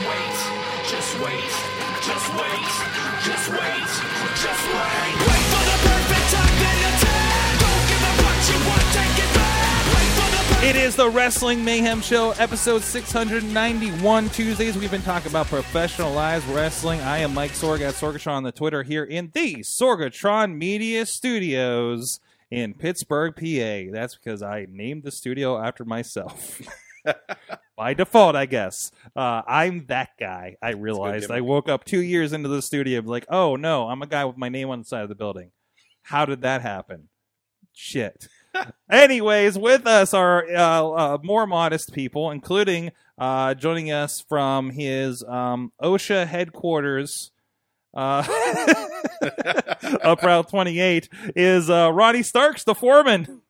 wait, just wait, just wait, just wait, just wait. Wait for the perfect time then attack. Don't give up what you want, take it back. Wait for the It is the Wrestling Mayhem Show, episode 691. Tuesdays, we've been talking about professionalized wrestling. I am Mike Sorg at Sorgatron on the Twitter here in the Sorgatron Media Studios in Pittsburgh, PA. That's because I named the studio after myself. By default, I guess. Uh, I'm that guy. I realized I woke up two years into the studio, like, oh no, I'm a guy with my name on the side of the building. How did that happen? Shit. Anyways, with us are uh, uh, more modest people, including uh, joining us from his um, OSHA headquarters. Uh, up Route 28 is uh, Ronnie Starks, the foreman,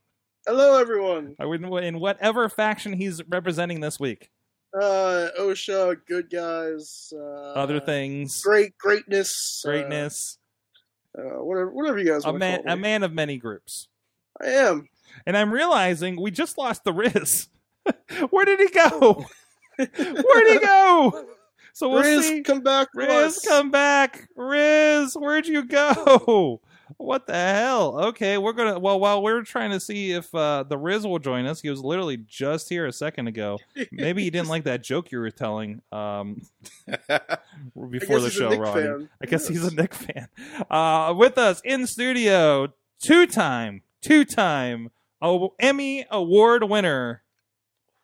Hello, everyone. I wouldn't- in whatever faction he's representing this week. Uh, OSHA, good guys. Uh, Other things, Great greatness. uh, greatness, Uh, whatever, whatever you guys a want man, to call a me. man of many groups. I am. And I'm realizing we just lost the Riz. Where did he go? Where did he go? So we'll Riz, see. come back. to Riz, us. come back. Riz, where'd you go? What the hell? Okay, we're gonna well while we're trying to see if uh the Riz will join us. He was literally just here a second ago. Maybe he didn't like that joke you were telling um I before guess the he's a show, Knick Ronnie. fan. I guess he's Yes. a Nick fan. Uh, with us in studio, two time, two time Emmy Award winner.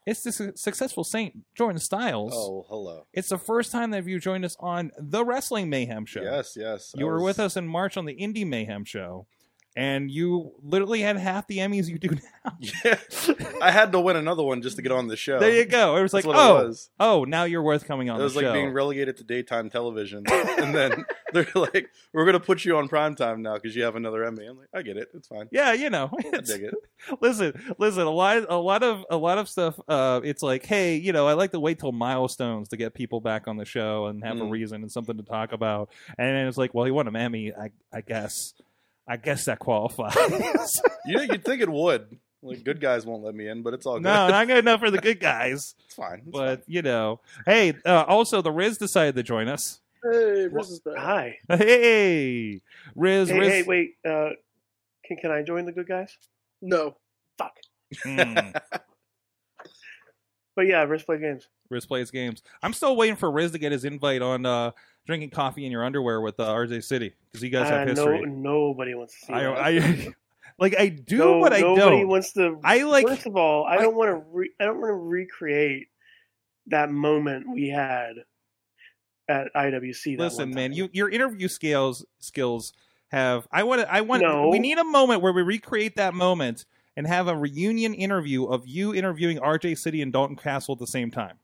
It's the su- successful Saint Jordan Styles. Oh, hello. It's the first time that you've joined us on the Wrestling Mayhem show. Yes, yes. You I were was- with us in March on the Indie Mayhem show, and you literally had half the Emmys you do now. Yeah. I had to win another one just to get on the show. There you go. It was That's like, what oh, it was. oh, now you're worth coming on It was the like show. being relegated to daytime television, and then they're like, "We're gonna put you on primetime now because you have another Emmy." I'm like, "I get it. It's fine. yeah, you know, I dig it." listen listen a lot a lot of a lot of stuff uh it's like hey you know i like to wait till milestones to get people back on the show and have a Mm. reason and something to talk about and then it's like well he won a emmy i i guess i guess that qualifies You know, you'd think it would. Like, good guys won't let me in, but it's all good. no not good enough for the good guys it's fine. It's but you know hey uh, also the riz decided to join us Hey, Riz is back. Hi. hey riz Hey, riz hey, wait. Uh, can can I join the good guys? No. Mm, But yeah, risk play games. riz plays games i'm still waiting for riz to get his invite on uh drinking coffee in your underwear with uh, rj city because you guys have Uh, history No, nobody wants to see. I, that. I like I do No- what I nobody don't. wants to. I like First of all, I, I- don't want to. Re, I don't want to recreate that moment we had at IWC. that one listen, time. man. You your interview scales skills have. I want. to I want. No. We need a moment where we recreate that moment and have a reunion interview of you interviewing RJ City and Dalton Castle at the same time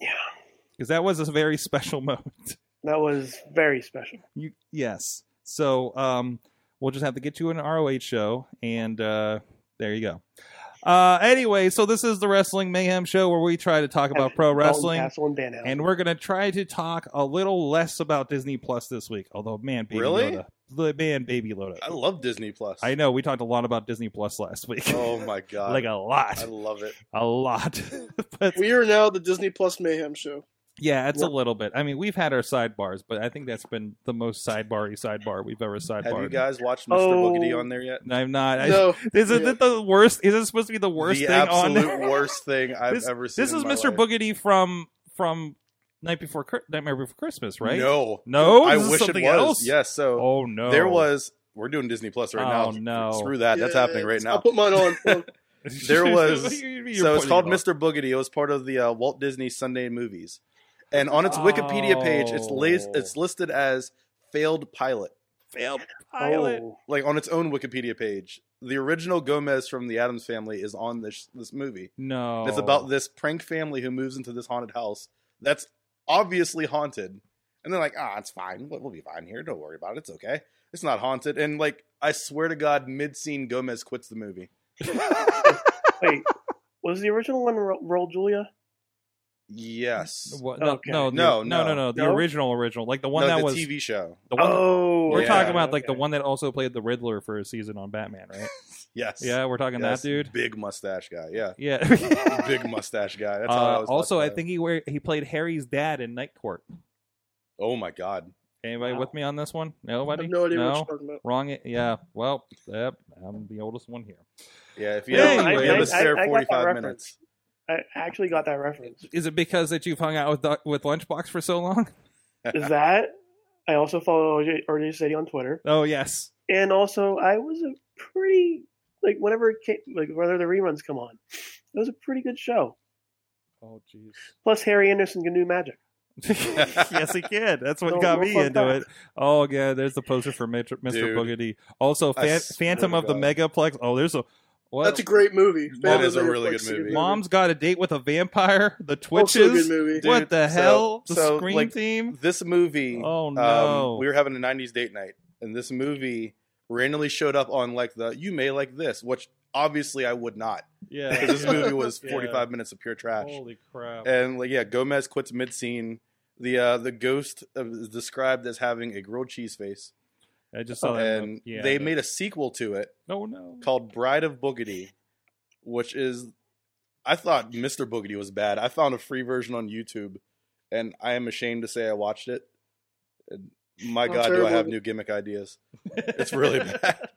Yeah, because that was a very special moment. that was very special. You yes. So um, we'll just have to get you an ROH show, and uh, there you go. Uh, anyway, so this is the Wrestling Mayhem Show where we try to talk about pro Dalton wrestling. Castle and Danhausen. and we're gonna try to talk a little less about Disney Plus this week. Although, man, baby Really? Yoda, The man, baby Yoda. fine. I love Disney Plus. I know we talked a lot about Disney Plus last week, Oh my god. like a I lot, love it. a lot. but We are now the Disney Plus Mayhem show. yeah, it's a little bit. I mean, we've had our sidebars, but I think that's been the most sidebar-y sidebar we've ever sidebarred. Have you guys watched Mr. Oh. Boogedy on there yet? I'm not. I, No. is it Yeah. the worst? Is it supposed to be the worst the thing on absolute there? worst thing I've This- ever seen. This in is my Mr. life. Boogedy from from Night Before Cri- Nightmare Before Christmas, right? No, No, I Oh, This is wish it was. something else. Yes. So Oh no. There was we're doing Disney Plus right Oh, now. no. Screw that. That's Yeah, happening right I'll now. put mine on. Well, There was- What do you mean you're So it's putting called it on? Mr. Boogedy. It was part of the uh, Walt Disney Sunday movies. And on its Wikipedia page, it's la- Oh. it's listed as failed pilot. failed pilot. oh, Like on its own Wikipedia page, the original Gomez from the Adams Family is on this this movie. No. And It's about this prank family who moves into this haunted house that's obviously haunted, And they're like, ah, it's fine. We'll, we'll be fine here. Don't worry about it. It's okay. It's not haunted. And like, I swear to God, mid scene Gomez quits the movie. Wait, was the original one Ro- Roll Julia? yes. What, no, Okay. no, the- No, no, no, no. no. The No? original, original, like the one No, that the was TV show. the one. oh, we're yeah, talking about like the okay. one that also played the Riddler for a season on Batman, right? Yes. yeah, we're talking Yes. that dude. Big mustache guy. Yeah. Yeah. Big mustache guy. That's how I Uh, was. also, I talking about him. think he were, he played Harry's dad in Night Court. Oh my God. Anybody Wow. with me on this one? I Nobody. have no idea what you're talking about. Wrong. i- Yeah. Well, yep. I'm the oldest one here. Yeah. If you Yeah, have, I- if you have I- a spare I- I got that 45 reference. minutes. I actually got that reference. Is it because that you've hung out with Doc- with Lunchbox for so long? Is that? I also follow RJ, RJ City on Twitter. Oh yes. and also I was a pretty like whenever it came, like whether the reruns come on, it was a pretty good show. Oh jeez. Plus Harry Anderson can do magic. yes, he can. That's what No, got no me fun into fact. it. Oh yeah, there's the poster for Mitch- Mr. Dude. Boogedy. Also, I Fan- swear Phantom to of the God. Megaplex. Oh, there's a. What? That's a great movie. That Phantom is a of the really Ophiuchus good movie. is Mom's got a date with a vampire. The Also a good Twitches. movie. Dude, what the so- hell? The so, Scream like, team. This movie. Oh no. um, we were having a 90s date night and this movie randomly showed up on like the you may like this which obviously i would not yeah. because this movie was Yeah. 45 minutes of pure trash Holy crap. and like yeah gomez quits mid-scene the uh the ghost uh, is described as having a grilled cheese face Oh, I just saw that. and yeah, they the- made a sequel to it Oh no. called bride of boogedy which is i thought mr boogedy was bad i found a free version on youtube and i am ashamed to say i watched it and my How god do i have terrible. new gimmick ideas It's really bad.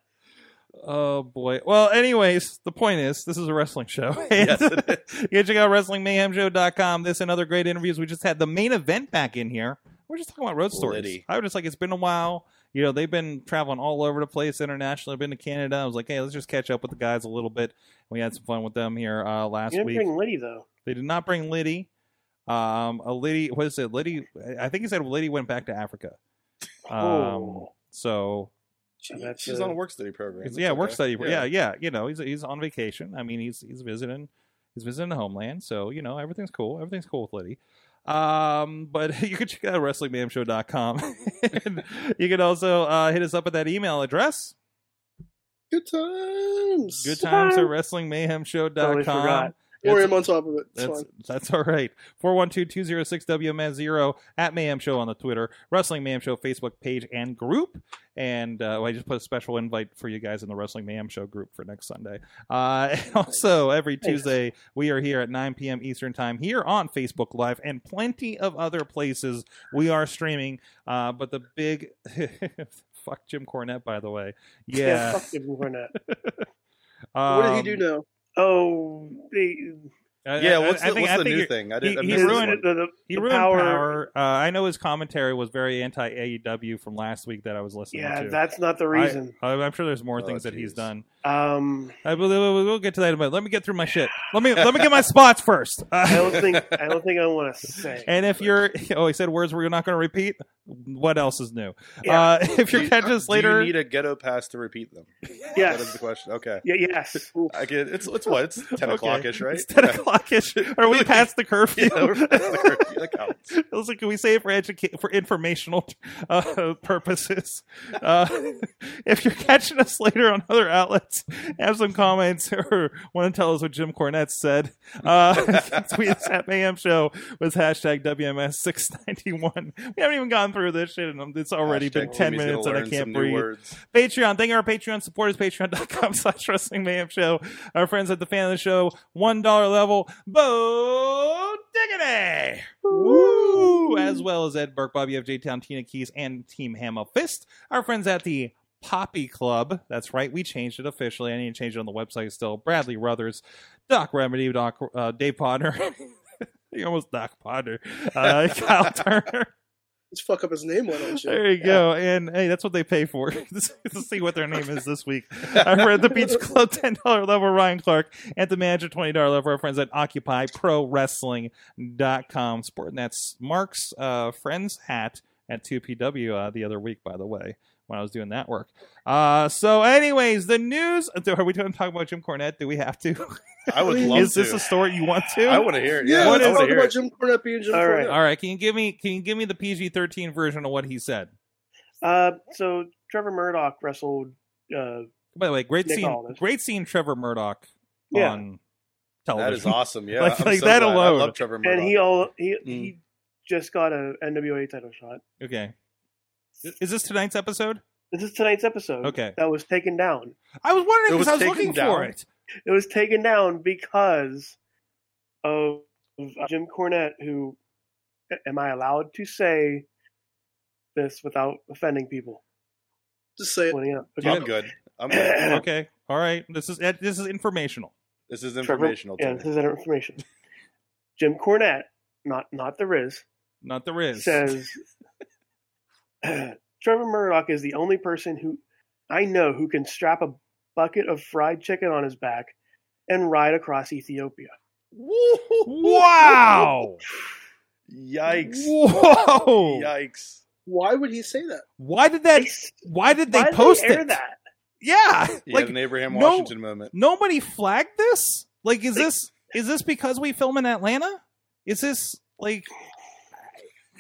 Oh boy. Well, anyways, the point is, this is a wrestling show. yes, it is. You can check out WrestlingMayhemShow.com. This and other great interviews. We just had the main event back in here. We're just talking about road stories. Liddy. I was just like, it's been a while. You know, they've been traveling all over the place internationally. I've been to Canada. I was like, hey, let's just catch up with the guys a little bit. We had some fun with them here uh, last You didn't week. bring Liddy though. They did not bring Liddy. Um, a Liddy, what is it? Liddy, I- I think he said Liddy went back to Africa. Um, Oh. So She- That's she's a- on a work study program. It's- yeah, That's work okay. study. Yeah. yeah, You know, he's he's on vacation. I mean, he's he's visiting. He's visiting the homeland, so you know everything's cool. Everything's cool with Liddy. Um, but you can check out WrestlingMamShow.com. and you can also uh, hit us up at that email address. Good times. Good times at WrestlingMayhemShow.com. Totally forgot. Or It's- I'm on top of it. It's that's fine. that's all right. 412-206-WMS0 at Mayhem Show on the Twitter, Wrestling Mayhem Show Facebook page and group. And uh, I just put a special invite for you guys in the Wrestling Mayhem Show group for next Sunday. Uh, and also, every Thanks. Tuesday, we are here at 9 p.m. Eastern Time here on Facebook Live and plenty of other places we are streaming. Uh, but the big... fuck Jim Cornette, by the way. Yeah. fuck Jim Cornette. what did he Um, do now? Oh, they, I- Yeah, I- what's, I the, think- what's I the think new you're- thing? I he- did. I he missed this ruined one. the, the, He the ruined power. power. Uh, I know his commentary was very anti AEW from last week that I was listening yeah, to. that's not the reason. I, I'm sure there's more Oh, things that he's jeez. done. um, I, will- we'll, we'll get to that in a minute. Let me get through my shit. Let me let me get my spots first. I Uh, don't think I don't think I want to say. and if you're oh, he said words we're not going to repeat. What else is new? Yeah. Uh, if Do you're you- catching us later, Do you need a ghetto pass to repeat them? That is the yes, question. Okay. yeah, yes. I could, it's, it's what? It's 10 Okay. o'clock ish, right? It's ten o'clock ish. Are we past the curfew? Yeah, we're past the curfew. That counts. I was like, can we say it for educa- for informational uh, purposes? Uh, if you're catching us later on other outlets, have some comments or want to tell us what Jim Cornette said, uh, tweet us at Mayhem Show with hashtag WMS691. We haven't even gone through this shit, and um, it's already Hashtag been 10 Jimmy's gonna minutes and I learn some can't new breathe. words. Patreon. Thank our Patreon supporters, patreon.com slash wrestling mayhem show. Our friends at the fan of the show, one dollar level, Bo Diggity. Woo! As well as Ed Burke, Bobby FJ Town, Tina Keys, and Team Hammer Fist. Our friends at the Poppy Club. That's right, we changed it officially. I need to change it on the website still. Bradley Ruthers, Doc Remedy, Doc uh, Dave Podner. he almost Doc Podner. Uh, Kyle Turner. Let's fuck up his name, why don't you? There you go. And hey, that's what they pay for to see what their name is this week. I've read the Beach Club ten dollar level Ryan Clark at the manager twenty dollar level. Our friends at OccupyProWrestling.com sporting that Mark's uh, friend's hat at 2PW uh, the other week, by the way, when I was doing that work. Uh, so, anyways, the news. uh, Are we going to talk about Jim Cornette? Do we have to? I would love Is to. this a story you want to? I want to hear it. Yeah, Yeah, What let's I is want talk to hear about it. Jim Cornette being Jim All right. Cornette. All right, can you give me can you give me the PG-13 version of what he said? Uh, so Trevor Murdoch wrestled. Uh, By the way, great Nick scene. Aldis. Great scene. Trevor Murdoch Yeah. on That television. is awesome. Yeah, Like- I'm like so that glad. alone. I love Trevor Murdoch. and he all he Mm. he just got a NWA title shot. Okay. Is this tonight's episode? This is tonight's episode. Okay. that was taken down. I was wondering It because was I was taken looking for down. it. It was taken down because of uh, Jim Cornette, who, am I allowed to say this without offending people? Just say it. Pointing out. I'm good. I'm good. Okay. All right. This is ed- this is informational. This is Trevor- informational. Yeah, to me. this is information. Jim Cornette, not not the Riz, Not the Riz. says Trevor Murdoch is the only person who I know who can strap a bucket of fried chicken on his back and ride across Ethiopia. wow. Yikes! Whoa. Yikes! Why would he say that? Why did that? Why did they Why did post air it? that? Yeah. He like had an Abraham no- Washington moment. nobody flagged this. Like, is Like- this is this because we film in Atlanta? Is this like?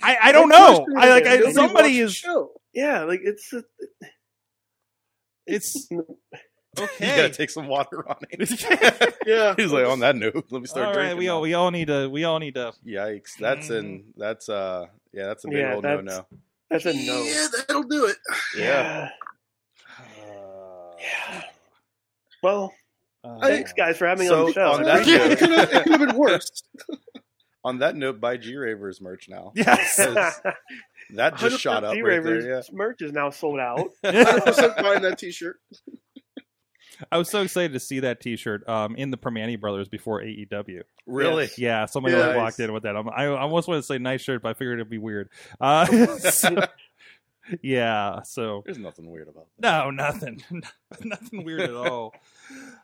I, I don't What know. question I like it? I, Nobody somebody watched is. the Show. Yeah, like it's a, It's You gotta okay. take some water on it. Yeah. He's like, on that note, let me start All drinking. right, we Mm. now." all we all need to we all need to Yikes! That's in. That's uh. Yeah, that's a big Yeah, old no that's- no. that's a no. Yeah, that'll do it. Yeah. Yeah. Well, uh, thanks guys for having me So, on the show. on I that note- appreciate it. it could have been worse. On that note, buy G Ravers merch now. Yes. Says- That just shot up 100% right D-Ravers there. merch is now sold out. Yeah. 100% buying that T-shirt. I was so excited to see that T-shirt um, in the Permani Brothers before AEW. really? Yeah, somebody Yeah, like nice. walked in with that. I'm, I, I almost wanted to say nice shirt, but I figured it'd be weird. Uh, so- yeah, so There's nothing weird about that. no, nothing, nothing weird at all.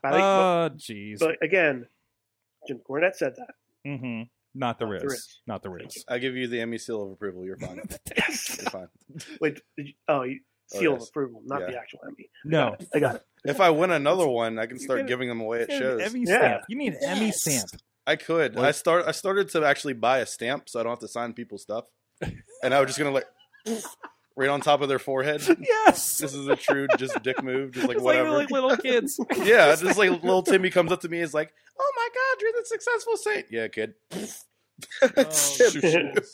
I Oh, think- jeez. But again, Jim Cornette said that. hmm Not the Not Riz. the Riz. Not the Riz. I give you the Emmy seal of approval. You're fine. Yes. You're fine. Wait, did you, oh, you, Oh, seal yes. of approval, not Yeah. the actual Emmy. No. I got it. If I win another one, I can You start gotta- giving them away at You need an shows. Emmy Yeah. stamp. You need an Emmy Yes. stamp. I could. I Like- start. I started to actually buy a stamp, so I don't have to sign people's stuff. And I was just gonna like right on top of their forehead. Yes. This is a true just dick move, just like It's whatever. they're like little kids. yeah, just like little Timmy comes up to me, is like, "Oh my God, you're the successful saint." Yeah, kid. Oh, Shoot, shoot. jeez.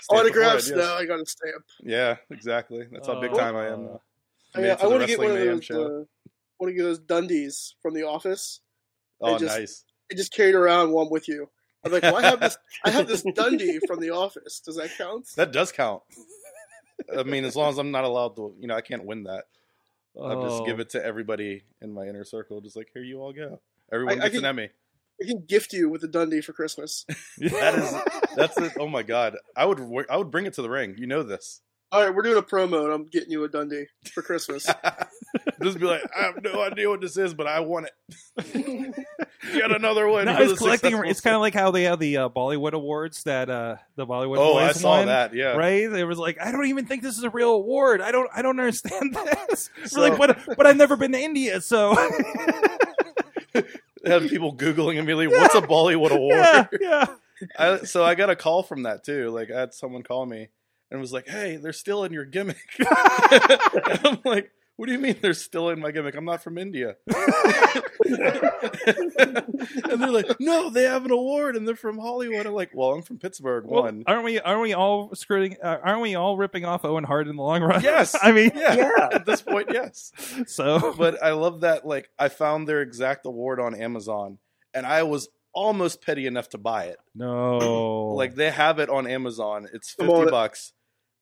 Stamp Autographs the forehead, now. I got a stamp. yes. Yeah, exactly. That's how big Oh. time I am. Now. I, Made it to Oh, I the want to get Wrestling one of Mayhem those. show. Uh, want to get those Dundies from the office. Oh, I just- nice. I just carried around one with you. I'm like, well, I have this. I have this Dundee from the office. Does that count? That does count. I mean, as long as I'm not allowed to, you know, I can't win that. I'll Oh. just give it to everybody in my inner circle. Just like, here you all go. Everyone I gets can- an Emmy. I can gift you with a Dundee for Christmas. That is, that's it. Oh my god, I would, wa- I would bring it to the ring. You know this. All right, we're doing a promo, and I'm getting you a Dundee for Christmas. just be like, I have no idea what this is, but I want it. Yet another one. No, for it's the collecting. successful It's kind of like how they have the uh, Bollywood awards that uh, the Bollywood. Oh, I boys saw won, that. Yeah. Right? It was like I don't even think this is a real award. I don't. I don't understand this. We're So- like, but but I've never been to India, so They Have people googling immediately. What's a Bollywood award? yeah, yeah. I, so I got a call from that too. Like I had someone call me and was like, "Hey, they're still in your gimmick." And I'm like, "What do you mean they're still in my gimmick? I'm not from India." and they're like, "No, they have an award and they're from Hollywood." I'm like, "Well, I'm from Pittsburgh." Well, one. aren't we? Aren't we all screwing? Uh, aren't we all ripping off Owen Hart in the long run? Yes. I mean, yeah. Yeah. At this point, yes. so But I love that. Like, I found their exact award on Amazon, and I was almost petty enough to buy it. no, Like they have it on Amazon. It's Come fifty on. bucks.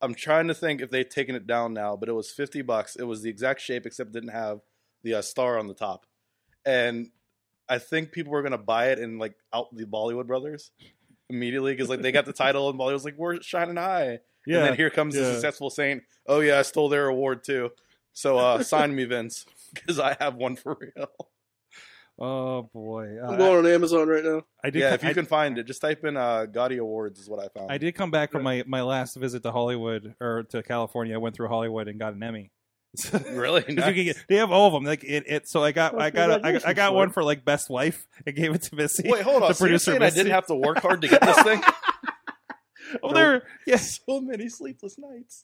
I'm trying to think if they've taken it down now, but it was fifty bucks. It was the exact shape except didn't have the uh, star on the top. And I think people were gonna buy it and like out the Bollywood brothers immediately because like they got the title and Bollywood was like we're shining high. yeah. And then here comes yeah. the successful saying, "Oh yeah, I stole their award too." So uh, sign me, Vince, because I have one for real. Oh boy, I'm uh, going on Amazon right now. I did. Yeah, co- if you I, can find it, just type in uh, Gaudi Awards is what I found. I did come back from my my last visit to Hollywood or to California. I went through Hollywood and got an Emmy. Really? 'Cause you Nice. can get- they have all of them. Like it, it so I got, Well, I got, a, I, I congratulations, got Ford. one for like best wife. I gave it to Missy. Wait, hold on. The so you're producer saying I missed didn't it. have to work hard to get this thing? oh, there, yes. so many sleepless nights.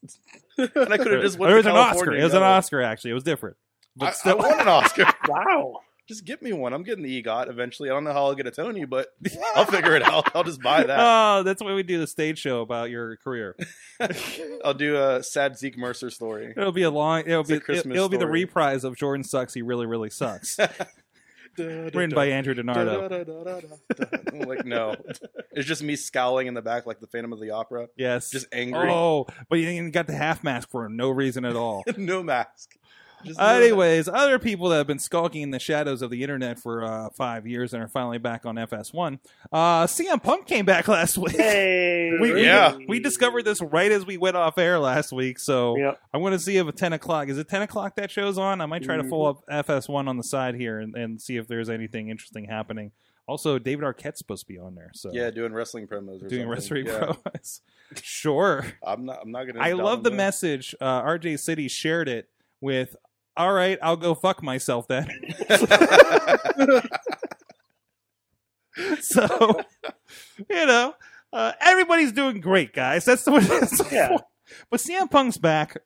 And I could have just went It was to an Oscar. California It was and an got Oscar. Actually, it was different. I, But I still, want an Oscar. Wow. just get me one. I'm getting the EGOT eventually. I don't know how I'll get a Tony, but I'll figure it out. I'll just buy that. oh, that's why we do the stage show about your career. I'll do a sad Zeke Mercer story. It'll be a long. It'll It's be a Christmas it'll be the story. reprise of Jordan sucks. He really really sucks. Written Written by Andrew DiNardo. I'm like, no. It's just me scowling in the back like the Phantom of the Opera. Yes. Just angry. oh, but you even got the half mask for no reason at all. no mask. Just no mask. Anyways, other people that have been skulking in the shadows of the internet for uh, five years and are finally back on FS1. Uh, CM Punk came back last week. Hey. We, we- Yeah. we, discovered this right as we went off air last week, so Yep. I'm going to see if at 10 o'clock is it 10 o'clock that show's on. I might try to pull up Mm-hmm. FS1 on the side here and, and see if there's anything interesting happening. Also, David Arquette's supposed to be on there, so Yeah, doing wrestling promos or doing something. wrestling Yeah. pros. sure. I'm not I'm not gonna I doubt love him the there. message. Uh, RJ City shared it with, "All right, I'll go fuck myself then." so, you know, uh, everybody's doing great, guys. That's the that's the Yeah. point. But CM Punk's back,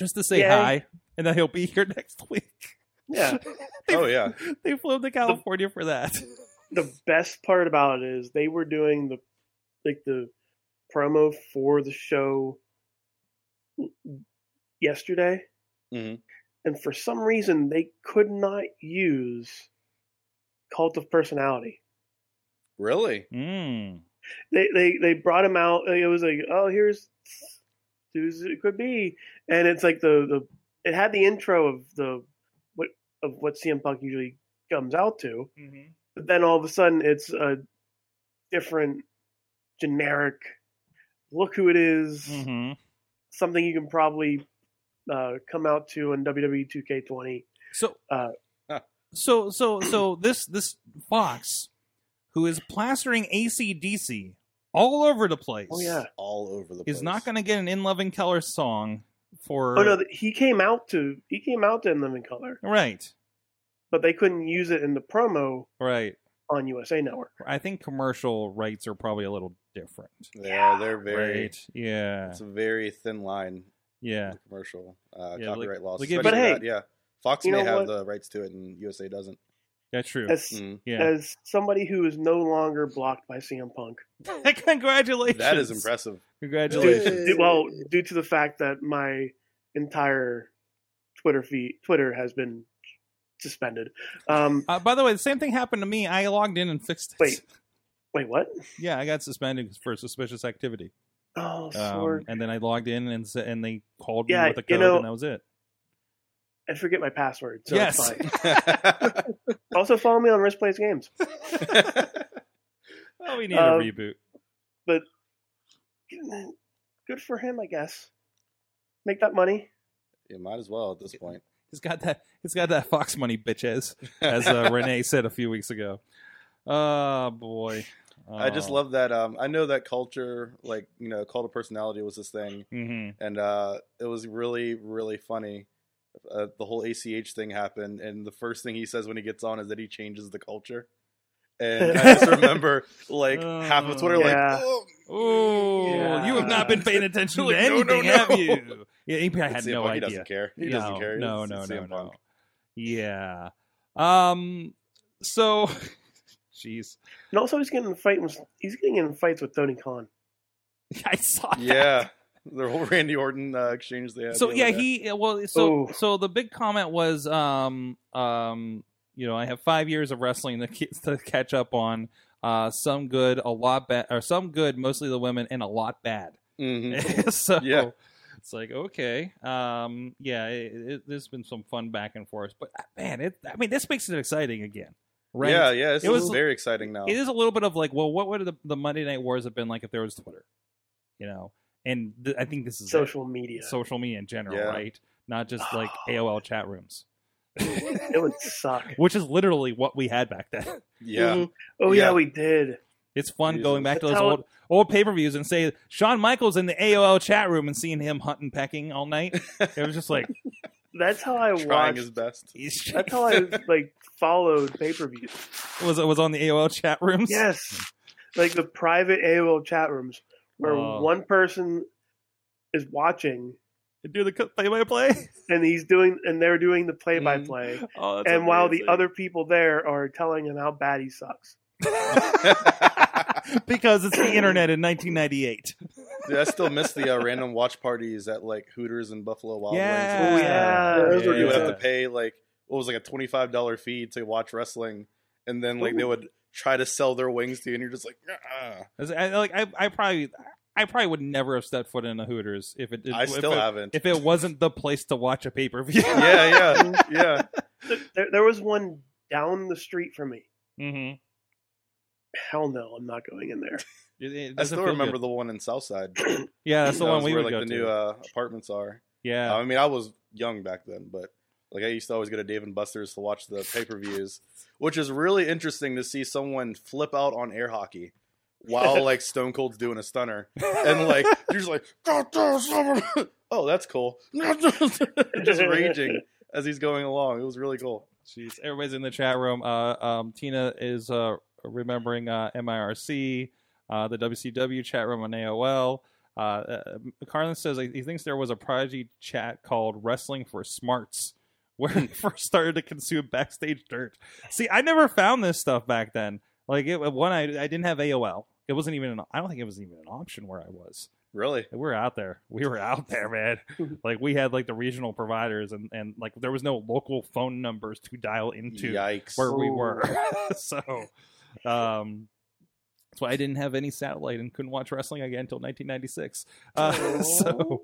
just to say Yay. hi, and then he'll be here next week. Yeah. Oh yeah. They flew him to California for that. The best part about it is they were doing the like the promo for the show yesterday. Mhm. And for some reason they could not use cult of personality. Really? Mm. they they they brought him out. like, It was like, oh, here's who's it could be, and it's like the the it had the intro of the what of what CM Punk usually comes out to, but then all of a sudden it's a different generic look who it is, hmm something you can probably uh, come out to in WWE 2K20. So, Uh, so, so, so this this fox who is plastering ACDC all over the place. Oh yeah. All over the place. is not going to get an in loving color song for Oh no, th- he came out to he came out to In Living Color, right, but they couldn't use it in the promo right. on USA Network. I think commercial rights are probably a little different. Yeah, they're very right? Yeah, it's a very thin line yeah. the commercial uh, Yeah, copyright like- laws. like if- especially But that, yeah, Fox you may know have what? the rights to it, and USA doesn't. That's true. That's Mm. yeah, as somebody who is no longer blocked by CM Punk. congratulations. That is impressive. Congratulations. Hey. D- Well, due to the fact that my entire Twitter feed, Twitter has been suspended. Um, Uh, by the way, the same thing happened to me. I logged in and fixed it. Wait. wait, what? Yeah, I got suspended for suspicious activity, Oh, um, Sorg. and then I logged in and s- and they called Yeah, me with a code, you know- and that was it. I forget my password. So Yes. it's fine. Also, follow me on Risk Plays Games. Oh, we need Um, a reboot. Good for him, I guess. Make that money. you might as well at this point. He's got that. He's got that Fox money, bitches. as uh, Renee said a few weeks ago. Oh boy, Uh, I Oh. just love that. Um, I know that culture, like you know, cult of personality was this thing, hmm and uh, it was really, really funny. Uh, the whole ACH thing happened, and the first thing he says when he gets on is that he changes the culture. And I just remember, like half of Twitter, Yeah. like, oh, Oh, Yeah. you have not been paying attention to Like, no, anything, no, no. have you? Yeah, AP, I had CM no Punk, He idea. doesn't care. He no, doesn't care. No, It's- no, it's no, CM no. Punk. Yeah. Um. So, jeez, And also, he's getting in fight with, he's getting in fights with Tony Khan. I saw. that. Yeah, the whole Randy Orton uh, exchange they had. so the yeah, other day. he well, so Ooh. so the big comment was, um, um, you know, I have five years of wrestling to, ke- to catch up on. Uh, some good, a lot bad, or some good, mostly the women, and a lot bad. Mhm. so Yeah. it's like okay, um, yeah, it, it, there's been some fun back and forth, but uh, man, it, I mean, this makes it exciting again, right? Yeah, yeah, this It is was- very exciting now. It is a little bit of like, well, what would the, the Monday Night Wars have been like if there was Twitter, you know? And th- I think this is it. Social media. social media in general, Yeah. right? Not just like AOL chat rooms. It would suck. which is literally what we had back then. Yeah. Mhm. Oh yeah, Yeah. we did. It's fun Jesus. going back to those That's how old old pay per views and say Shawn Michaels in the AOL chat room and seeing him hunting pecking all night. It was just like That's how I Trying watched. his best. he's- That's how I like followed pay per views. was was on the AOL chat rooms. Yes, like the private AOL chat rooms where Oh. one person is watching They do the play by play. and he's doing and they're doing the play by play, Oh, that's and while the amazing. other people there are telling him how bad he sucks. because it's the internet in 1998. Dude, I still miss the uh, random watch parties at like Hooters and Buffalo Wild Yeah. Wings. Oh, yeah. Those were You would have to good. pay like what was it, like a twenty five dollar fee to watch wrestling, and then like they would try to sell their wings to you, and you're just like, "Nuh-uh." As- I, like I, I probably I probably would never have stepped foot in a Hooters if it I if still it, haven't. if it wasn't the place to watch a pay per view. yeah, yeah, yeah. There, there was one down the street from me. hmm Hell no, I'm not going in there. It, it I doesn't still feel remember good. the one in Southside. Yeah, that's the That one was we where would go like the to. new uh, apartments are. yeah. I mean, I was young back then, but like I used to always go to Dave and Buster's to watch the pay per views, which is really interesting to see someone flip out on air hockey while like Stone Cold's doing a stunner, and like you're just like, "God damn, someone- oh, that's cool, just raging as he's going along. It was really cool. Jeez, everybody's in the chat room. Uh, um, Tina is uh, remembering uh, MIRC, uh, the WCW chat room on AOL. Uh, uh, Carlin says like, he thinks there was a Prodigy chat called Wrestling for Smarts where he first started to consume backstage dirt. See, I never found this stuff back then. Like, it, one, I, I didn't have AOL. It wasn't even an, I don't think it was even an option where I was. Really, We were out there. We were out there, man. like we had like the regional providers, and and like there was no local phone numbers to dial into yikes! where we Ooh. were. so, um, that's why I didn't have any satellite and couldn't watch wrestling again until 1996. Uh, so, Oh.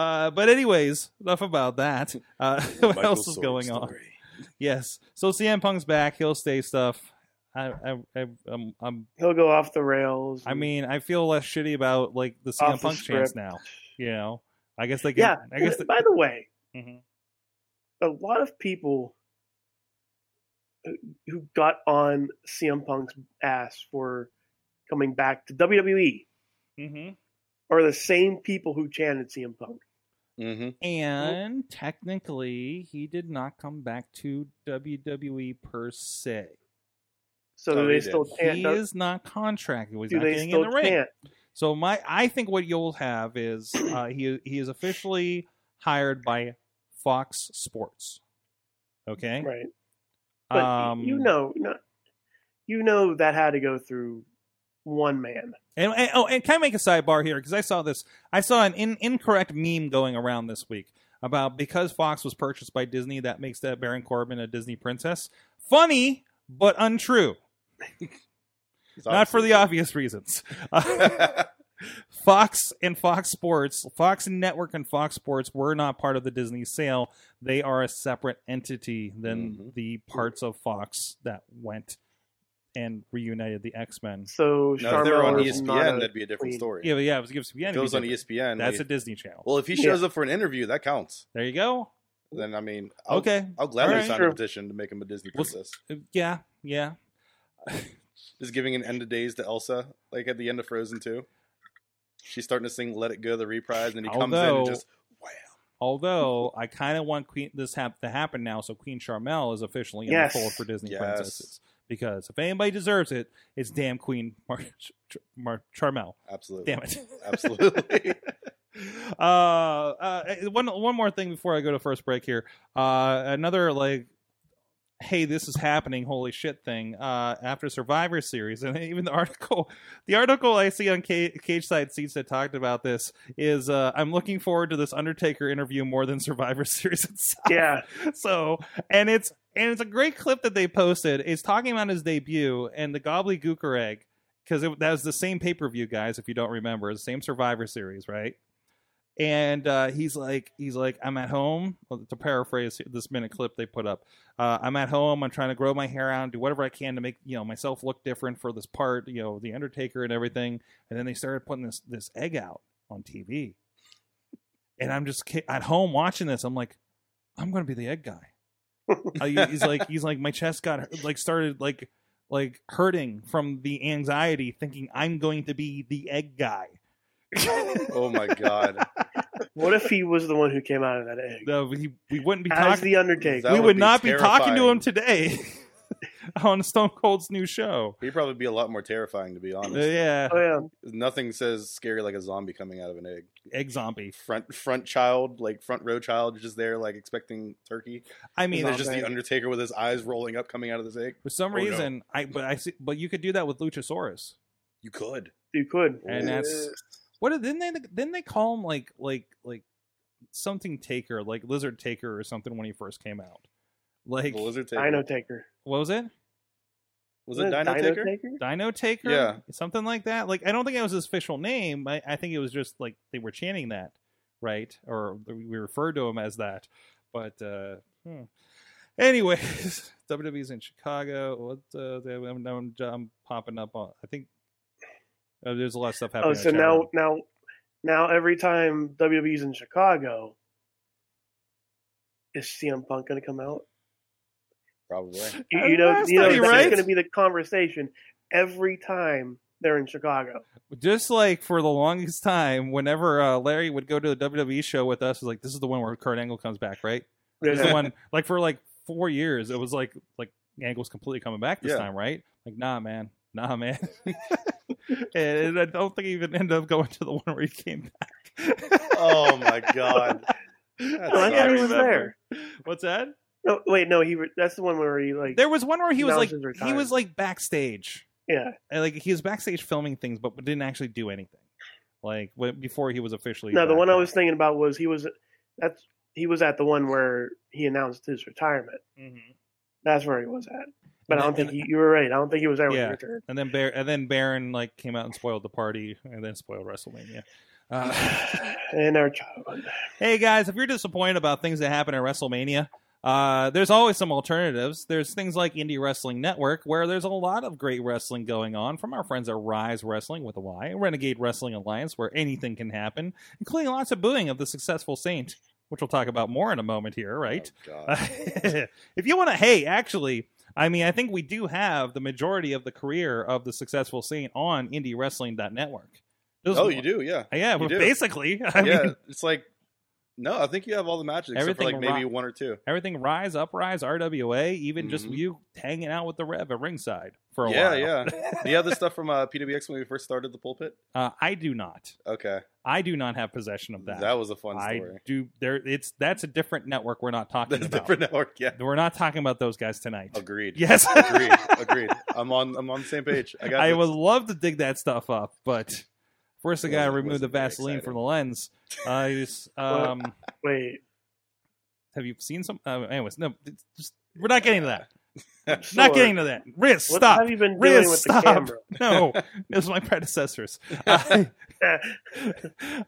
uh, but anyways, enough about that. Uh, what Michael else is Sorg going on? story. Yes. So CM Punk's back. He'll stay stuff. I, I, I, I'm, I'm, He'll go off the rails. I mean, I feel less shitty about like the CM Off the Punk chance script. now. You know, I guess they can. yeah. I guess. They, by the way, Mhm. a lot of people who- who got on CM Punk's ass for coming back to WWE hmm are the same people who chanted CM Punk. Mhm. And technically, he did not come back to WWE per se. So Oh, do they he still did. chant? he Do, is not contracted. He's do not they getting in still the ring. chant? So my, I think what you'll have is uh, he he is officially hired by Fox Sports. Okay. Right. But um, you know, not, you know that had to go through one man. And, and oh, and can I make a sidebar here? Because I saw this, I saw an in, incorrect meme going around this week about because Fox was purchased by Disney, that makes that Baron Corbin a Disney princess. Funny, but untrue. It's Not for the obviously- obvious reasons. Fox and Fox Sports, Fox Network and Fox Sports were not part of the Disney sale. They are a separate entity than Mhm. the parts of Fox that went and reunited the X Men. So Now, if they were on E Sharma is not ESPN, a- that'd be a different queen. story. Yeah, but yeah, it was gives If it was on E ESPN. That's like- a Disney channel. Well, if he shows up for an interview, that counts. there you go. Then I mean, I'll, okay. I'll gladly Alright. sign Sure. a petition to make him a Disney Well, princess. Yeah, yeah. Just giving an end of days to Elsa, like at the end of Frozen Two. She's starting to sing "Let It Go" the reprise, and then he comes in and Although- just wow. Although I kind of want Queen this hap- to happen now, so Queen Charmel is officially Yes. in the fold for Disney Yes. princesses. Because if anybody deserves it, it's damn Queen Mar- Ch- Mar- Charmel. Absolutely, Damn it. absolutely. uh, uh, one one more thing before I go to first break here. Uh, another like, hey, this is happening, holy shit thing. Uh, after Survivor Series, and even the article, the article I see on Ca- Cage Side Seats that talked about this is, uh, I'm looking forward to this Undertaker interview more than Survivor Series itself Yeah, so and it's and it's a great clip that they posted it's talking about his debut and the gobbledygooker egg because that was the same pay-per-view guys if you don't remember the same survivor series right and uh, he's like he's like i'm at home well, to paraphrase this minute clip they put up uh, i'm at home i'm trying to grow my hair out and do whatever i can to make you know myself look different for this part you know the undertaker and everything and then they started putting this this egg out on tv and i'm just ki- at home watching this i'm like I'm going to be the egg guy. Uh, he- he's like he's like my chest got like started like like hurting from the anxiety thinking I'm going to be the egg guy. Oh my god. What if he was the one who came out of that egg? No, he, we wouldn't be As talking. the Undertaker. That we would would be not be talking to terrifying. him today on Stone Cold's new show. He'd probably be a lot more terrifying to be Uh, honest. yeah, Oh yeah. Nothing says scary like a zombie coming out of an egg. egg zombie. Front front child, like front row child, just there like expecting turkey. I I mean, mean, there's just the zombie. Undertaker with his eyes rolling up coming out of this egg. for some Oh, no. reason, I but I see, but you could do that with Luchasaurus. You could. You could. And that's- What did- didn't they didn't they call him like like like something taker like lizard taker or something when he first came out? Like the lizard taker. Dino Taker. what was it? Was it Dino, Taker? Dino Taker? Yeah. Something like that. Like I don't think it was his official name. I, I think it was just like they were chanting that, right? Or we referred to him as that. But uh hmm. anyways, WWE's in Chicago. What uh, they- I'm, I'm, I'm popping up on I think uh, there's a lot of stuff happening. Oh, in the so chat now room. now now every time WWE's in Chicago, is CM Punk going to come out? Probably. You, Uh, you know, that's you know not that's right. going to be the conversation every time they're in Chicago. just like for the longest time, whenever uh, Larry would go to the WWE show with us, it was like this is the one where Kurt Angle comes back, right? This is the one like for like four years, it was like like Angle's completely coming back this Yeah. time, right? Like, nah, man, nah, man. and I don't think he even ended up going to the one where he came back. oh my god. No, I thought he was Oh, there. What's that? No, wait, no, he. re- That's the one where he like. There was one where he was like Announcers he retired. was like backstage. yeah, And, like he was backstage filming things, but didn't actually do anything. Like when- before he was officially no, the back one I there. was thinking about was he was that's he was at the one where he announced his retirement. Mm-hmm. That's where he was at. But I don't think he, you were right. I don't think he was there when Yeah. he returned. and then Bar- and then Baron like came out and spoiled the party, and then spoiled WrestleMania. Uh, And our childhood. hey guys, if you're disappointed about things that happen at WrestleMania, uh, there's always some alternatives. There's things like Indie Wrestling Network, where there's a lot of great wrestling going on from our friends at Rise Wrestling with a Y, Renegade Wrestling Alliance, where anything can happen, including lots of booing of the successful Saint, which we'll talk about more in a moment here, right? if you want to, hey, actually, I mean, I think we do have the majority of the career of the successful saint on indiewrestling.network. This Oh, is- you do, yeah. Yeah, You do. basically. I yeah, mean, it's like no, I think you have all the matches except for Everything like maybe rock- one or two. everything rise, uprise, RWA, even just Mhm. you hanging out with the Rev at ringside for a yeah, while. yeah. Do you have the stuff from uh, PWX when we first started the pulpit? Uh, I do not. Okay, I do not have possession of that. that, was a fun I story. do. There, it's that's a different network. We're not talking That's a about. different network. Yeah, We're not talking about those guys tonight. agreed. Yes, agreed. Agreed. I'm on. I'm on the same page. I got. I this. would love to dig that stuff up, but first I It gotta wasn't- remove the wasn't very Vaseline from exciting. the lens. Uh, it's, Well- um, Wait, have you seen some? Uh, anyways, no, it's just, we're not getting to uh, that. Sure. Not getting to that. Riz, What stop. have you been Riz, doing with stop. the camera? No, it was my predecessors. Uh,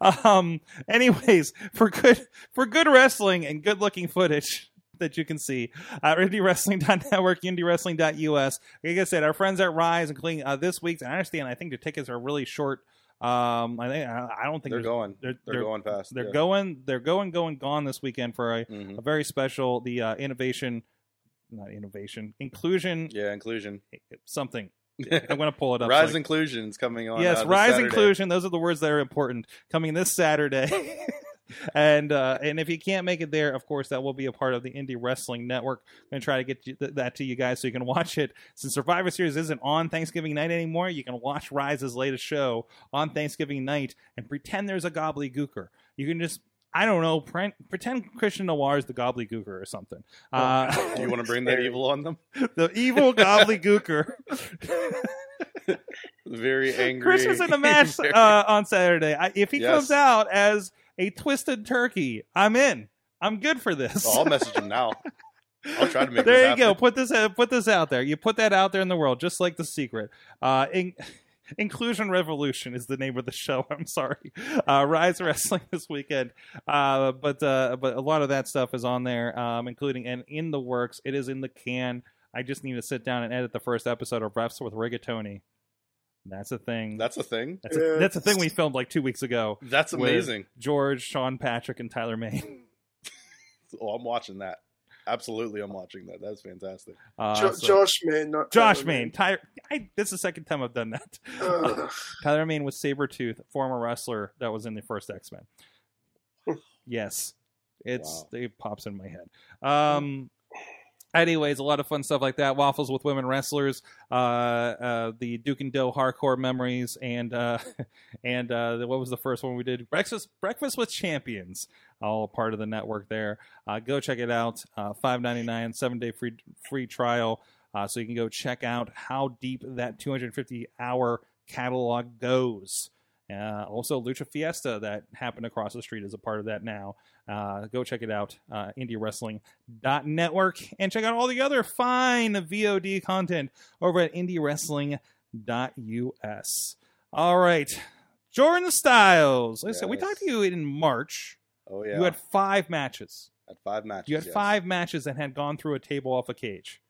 um. Anyways, for good for good wrestling and good looking footage that you can see uh, at indiewrestling.network, indiewrestling.us. Like I said, our friends at Rise, including uh, this week's, and I understand. I think the tickets are really short. Um, I think I I don't think They're there's- going. They're, They're, going fast. They're going. They're going. Going gone this weekend for a, hmm a very special the uh, innovation, not innovation, inclusion Yeah, inclusion. something. I'm gonna pull it up. so I Rise can- inclusion's coming on. yes uh, this rise Saturday. inclusion those are the words that are important coming this saturday and uh and if you can't make it there of course that will be a part of the indie wrestling network i'm gonna try to get you th- that to you guys so you can watch it since survivor series isn't on thanksgiving night anymore you can watch rise's latest show on thanksgiving night and pretend there's a gobbledygooker you can just I don't know. Pre- pretend Christian Noir is the gobbledygooker or something. Uh, Do you want to bring that evil on them? the evil gobbledygooker. Very angry. Chris was in a match very- uh, on Saturday. I, if he Yes. comes out as a twisted turkey, I'm in. I'm good for this. Oh, I'll message him now. I'll try to make. there you this go. happen. Put this uh, put this out there. You put that out there in the world, just like the secret. Uh, in- Inclusion Revolution is the name of the show. I'm sorry. Uh, Rise Wrestling this weekend, uh, but uh, but a lot of that stuff is on there, um, including and in the works. It is in the can. I just need to sit down and edit the first episode of Refs with Rigatoni. That's a thing. That's a thing. That's a, Yeah. that's a thing we filmed like two weeks ago. That's With- amazing. George, Sean Patrick, and Tyler May. Oh, I'm watching that. absolutely, I'm watching that. That's fantastic. Uh, Jo- so- Josh Maine, not Josh Tyler Maine. Ty- I, this is the second time I've done that. Ugh. Tyler Maine was Sabretooth, former wrestler that was in the first X Men. yes. It's it pops in my head. Um anyways, a lot of fun stuff like that. Waffles with women wrestlers, uh uh the Duke and Doe hardcore memories and uh and uh what was the first one we did? Breakfast Breakfast with Champions. All part of the network there. Uh go check it out. Uh 5.99 7-day free free trial. Uh, so you can go check out how deep that 250 hour catalog goes. Uh, also, Lucha Fiesta that happened across the street is a part of that now. Uh, go check it out, uh, indiewrestling.network, and check out all the other fine VOD content over at indiewrestling.us. All right, Jordan Styles. Like I said, we Yes. talked to you in March. Oh yeah, You had five matches. Had five matches. You had yes. five matches that had gone through a table off a cage.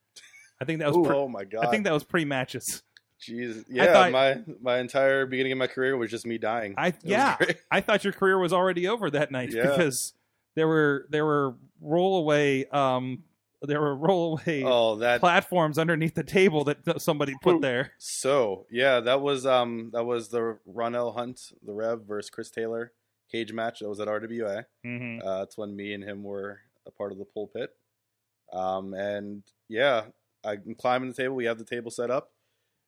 I think that was Ooh, pre- oh my god! I think that was pre matches. Jeez, yeah, thought- my my entire beginning of my career was just me dying. I It was yeah, great. I thought your career was already over that night Yeah. because there were there were rollaway um there were rollaway Oh, that platforms underneath the table that th- somebody put there. So yeah, that was um that was the Ronell Hunt, the Rev versus Chris Taylor cage match. That was at RWA. Mm-hmm. Uh, that's when me and him were a part of the pulpit. Um, and yeah, I'm climbing the table. We have the table set up,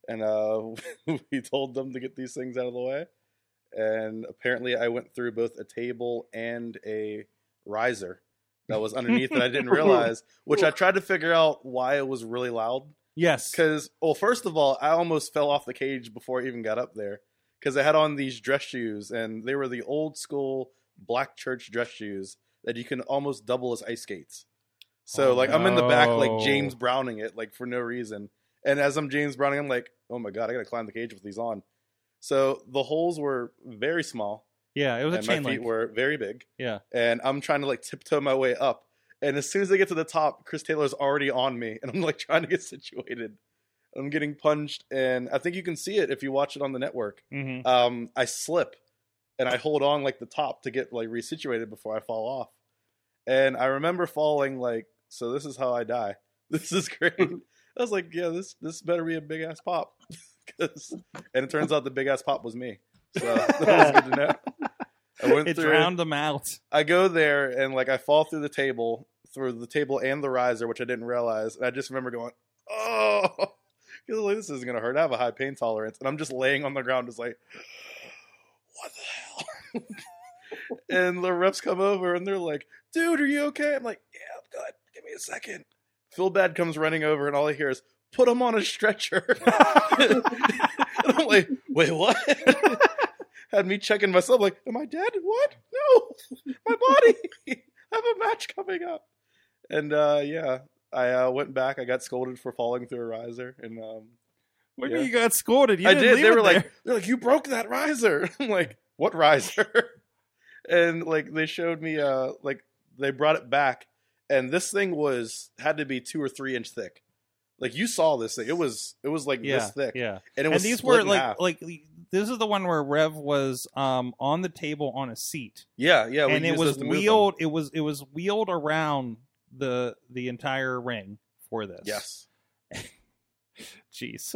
and uh, we told them to get these things out of the way. And apparently, I went through both a table and a riser that was underneath that I didn't realize, which I tried to figure out why it was really loud. Yes. Because, well, first of all, I almost fell off the cage before I even got up there because I had on these dress shoes, and they were the old school black church dress shoes that you can almost double as ice skates. So, Oh, like, I'm in the back, no. like James Browning it, like for no reason. And as I'm James Browning, I'm like, oh my god, I gotta climb the cage with these on. So the holes were very small, Yeah, it was a and my chain feet link. were very big. Yeah. and I'm trying to like tiptoe my way up. And as soon as I get to the top, Chris Taylor's already on me, and I'm like trying to get situated. I'm getting punched, and I think you can see it if you watch it on the network. Mhm. Um, I slip, and I hold on like the top to get like resituated before I fall off. And I remember falling like, so this is how I die. This is great. I was like, yeah, this this better be a big ass pop. 'Cause- and it turns out the big ass pop was me. So that was good to know. I went It through. drowned them out. I go there and like I fall through the table, through the table and the riser, which I didn't realize. And I just remember going, oh, 'Cause I'm like, this isn't gonna hurt. I have a high pain tolerance, and I'm just laying on the ground, just like, what the hell? and the reps come over and they're like, dude, are you okay? I'm like, yeah, I'm good. Give me a second. Phil Bad comes running over, and all I hear is, put him on a stretcher. and I'm like, wait, what? Had me checking myself, like, am I dead? What? No, my body. I have a match coming up. And uh, yeah, I uh, went back. I got scolded for falling through a riser, and um, When Yeah. you got scolded, you I didn't did. leave They it were there. like, they're like, you broke that riser. I'm like, what riser? and like they showed me, uh, like they brought it back, and this thing was had to be two or three inch thick. Like you saw this thing, it was it was like yeah, this thick, yeah. and it And was these split were in like half. like this is the one where Rev was um on the table on a seat. yeah, yeah, we and it used was those to move them. wheeled it was it was wheeled around the the entire ring for this. Yes, Jeez.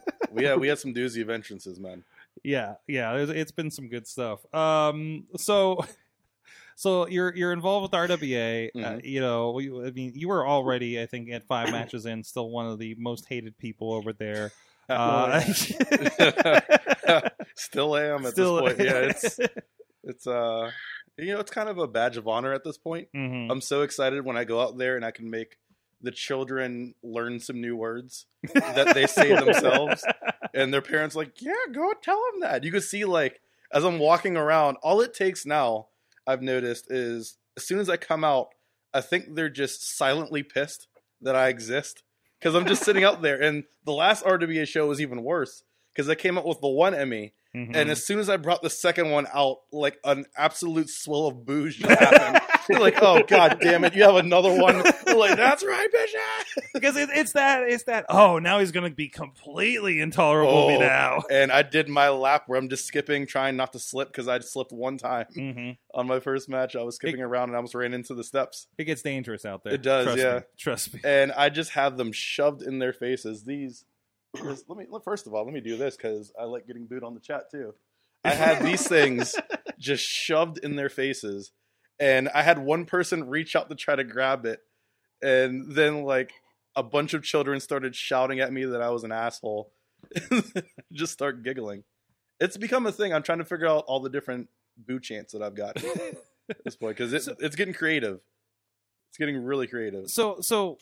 we had we had some doozy of entrances, man. yeah, yeah, there's- it's been some good stuff. Um so so you're you're involved with RWA, uh, Mhm. you know, we- I mean, you were already I think at 5 matches in still one of the most hated people over there. Uh, Still am at still this point. Yeah, it's it's uh, you know, it's kind of a badge of honor at this point. Mhm. I'm so excited when I go out there and I can make the children learn some new words that they say themselves, and their parents like, yeah, go tell them that. You can see like as I'm walking around, all it takes now I've noticed is as soon as I come out, I think they're just silently pissed that I exist because I'm just sitting out there. And the last RWA show was even worse because I came out with the one Emmy mm-hmm. And as soon as I brought the second one out, like an absolute swell of booze just happened. They're like, oh god damn it, you have another one. They're like, that's right, Bishop. because it, it's that it's that oh now he's gonna be completely intolerable Oh. me now. And I did my lap where I'm just skipping, trying not to slip because I'd slipped one time Mm-hmm. on my first match. I was skipping around and I almost ran into the steps. It gets dangerous out there. It does, Trust yeah. Me. Trust me. And I just had them shoved in their faces. These this- let me let- first of all, let me do this because I like getting booed on the chat too. I had these things just shoved in their faces, and I had one person reach out to try to grab it, and then like a bunch of children started shouting at me that I was an asshole. just start giggling. It's become a thing. I'm trying to figure out all the different boo chants that I've got at this point because it's it's getting creative. It's getting really creative. So so,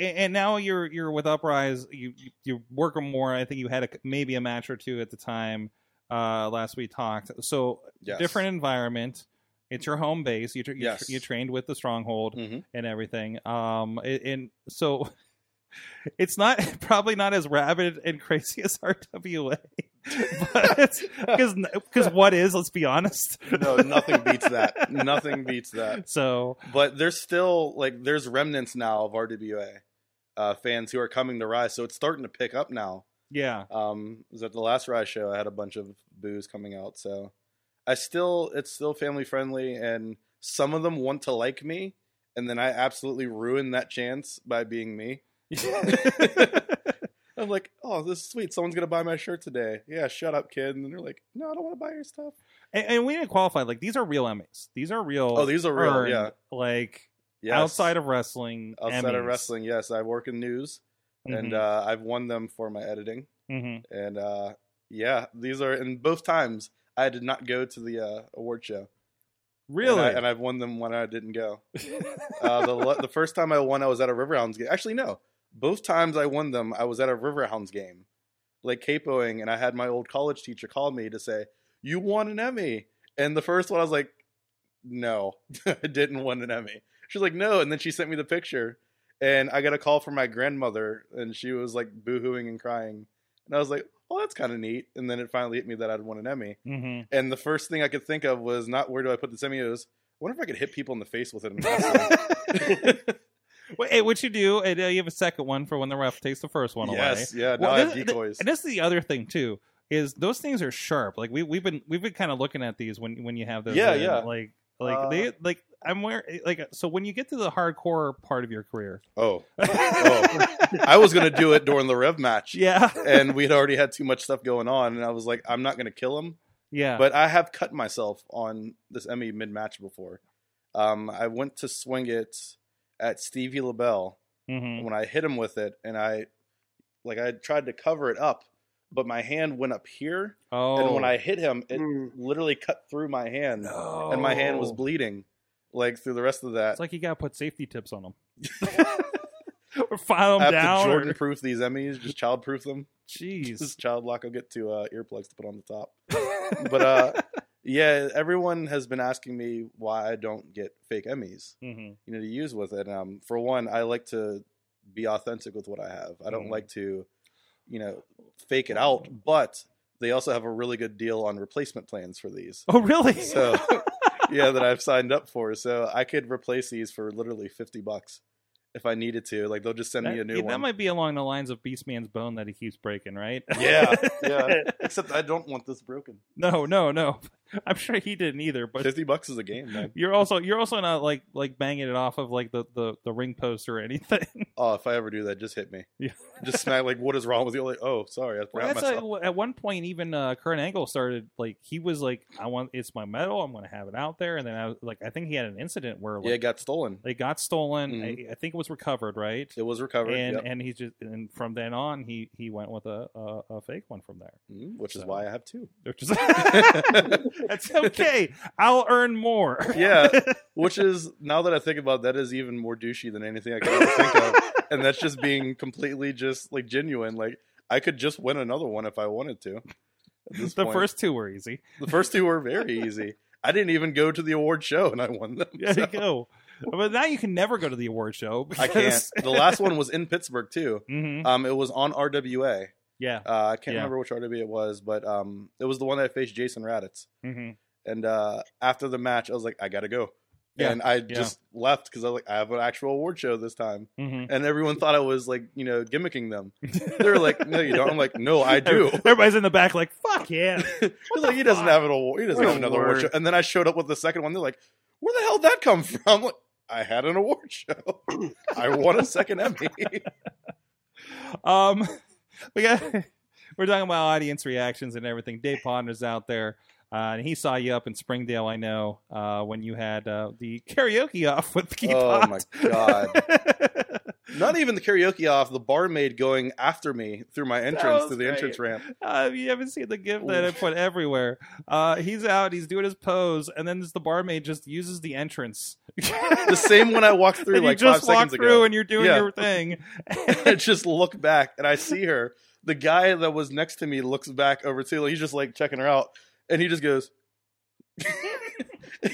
and, and now you're you're with Uprise. You you- you work more. I think you had a, maybe a match or two at the time uh last we talked. So Yes. different environment. It's your home base. You tra- you, Yes. tra- you trained with the stronghold Mhm. and everything. Um, and, and so it's not probably not as rabid and crazy as RWA, but because because what is? Let's be honest. no, nothing beats that. Nothing beats that. So But there's still like there's remnants now of RWA uh, fans who are coming to Rise, so it's starting to pick up now. yeah, Um, it was at the last Rise show, I had a bunch of boos coming out, so I still it's still family friendly, and some of them want to like me, and then I absolutely ruin that chance by being me. I'm like, oh, this is sweet. Someone's gonna buy my shirt today. Yeah, shut up, kid. And they're like, no, I don't want to buy your stuff. and, and we didn't qualify. Like these are real Emmys. These are real. Oh, these are real. earned, yeah, like yes. outside of wrestling. outside of Emmys. wrestling. Yes, I work in news, and Mhm, uh, I've won them for my editing. mhm. And uh, yeah, these are and both times I did not go to the uh, award show. really, and, I, and I've won them when I didn't go. uh, the le- the first time I won, I was at a Riverhounds game. Actually, no, both times I won them, I was at a Riverhounds game, like capoing, and I had my old college teacher call me to say, "You won an Emmy." And the first one, I was like, "No, I didn't win an Emmy." She's like, "No," and then she sent me the picture, and I got a call from my grandmother, and she was like boohooing and crying, and I was like, "Well, that's kind of neat." And then it finally hit me that I'd won an Emmy. Mhm. And the first thing I could think of was not where do I put this Emmy? It was, I wonder if I could hit people in the face with it. in wrestling." Wait, hey, what you do? And uh, you have a second one for when the ref takes the first one away. yes, yeah. Now Well, Uh, I have this- th- decoys. And this is the other thing too is those things are sharp. Like we we've been we've been kind of looking at these when when you have those. Yeah, in. yeah. Like like Uh, they like I'm where like so when you get to the hardcore part of your career. oh, Oh. I was gonna do it during the Rev match, yeah, and we'd already had too much stuff going on, and I was like, I'm not gonna kill him. yeah. But I have cut myself on this Emmy mid match before. Um, I went to swing it at Stevie LaBelle. Mhm. when I hit him with it, and I like I tried to cover it up, but my hand went up here, Oh, and when I hit him, it Mm. literally cut through my hand, No. and my hand was bleeding, like through the rest of that. It's like you gotta put safety tips on them. or file I them have down. to or- Jordan proof these Emmys, just child proof them. Jeez. This child lock, I'll get to uh, earplugs to put on the top. but uh, yeah, everyone has been asking me why I don't get fake Emmys. Mhm. you know to use with it. Um, for one, I like to be authentic with what I have. I don't Mhm. like to, you know, fake it out. But they also have a really good deal on replacement plans for these. Oh really? So yeah, that I've signed up for. So I could replace these for literally fifty bucks if I needed to. Like they'll just send that, me a new yeah, that one. might be along the lines of Beastman's bone that he keeps breaking, right? Yeah, yeah. Except I don't want this broken. no, no, no. I'm sure he didn't either, but Fifty bucks is a game, man. You're also you're also not like like banging it off of like the the, the ring post or anything. Oh, if I ever do that, just hit me. Yeah. Just smack like, what is wrong with you? Like, oh, sorry, I forgot that's myself. like, at one point even uh, Kurt Angle started like he was like I want it's my medal I'm gonna have it out there and then I was like I think he had an incident where like yeah, it got stolen. it got stolen I, I think it was recovered right It was recovered. and yep. and he just and from then on he he went with a a, a fake one from there Mm, which is So- why I have two. which is that's okay I'll earn more yeah, which is now that I think about it, that is even more douchey than anything I could ever think of, and that's just being completely just like genuine. Like I could just win another one if I wanted to. at this the point. first two were easy the first two were very easy. I didn't even go to the award show, and I won them. yeah so. you go but now you can never go to the award show I can't. because The last one was in Pittsburgh too. Mhm. Um, it was on RWA, Yeah. Uh, I can't Yeah. remember which RW it was, but um, it was the one that faced Jason Raditz. Mm-hmm. And uh, after the match, I was like, I gotta go. Yeah. And I just left because I was like, I have an actual award show this time. Mm-hmm. And everyone thought I was like, you know, gimmicking them. They were like, No, you don't. I'm like, No, I do. Everybody's in the back like, fuck yeah. He's like, he doesn't have an award. He doesn't What have a another award word. show. And then I showed up with the second one. They're like, where the hell did that come from? I'm like, I had an award show. I won a second Emmy. Um, we got we're talking about audience reactions and everything. Dave Ponder's out there, uh, and he saw you up in Springdale. I know uh, when you had uh, the karaoke off with Keith. Oh, Hot. my God. Not even the karaoke off. The barmaid going after me through my entrance was through the great. entrance ramp. Uh, you haven't seen the gif that I put everywhere. Uh, he's out, he's doing his pose, and then this, the barmaid just uses the entrance. The same one I walked through and like you just five walk seconds through ago. and you're doing Yeah. your thing. I just look back and I see her. The guy that was next to me looks back over too. He's just like checking her out, and he just goes. I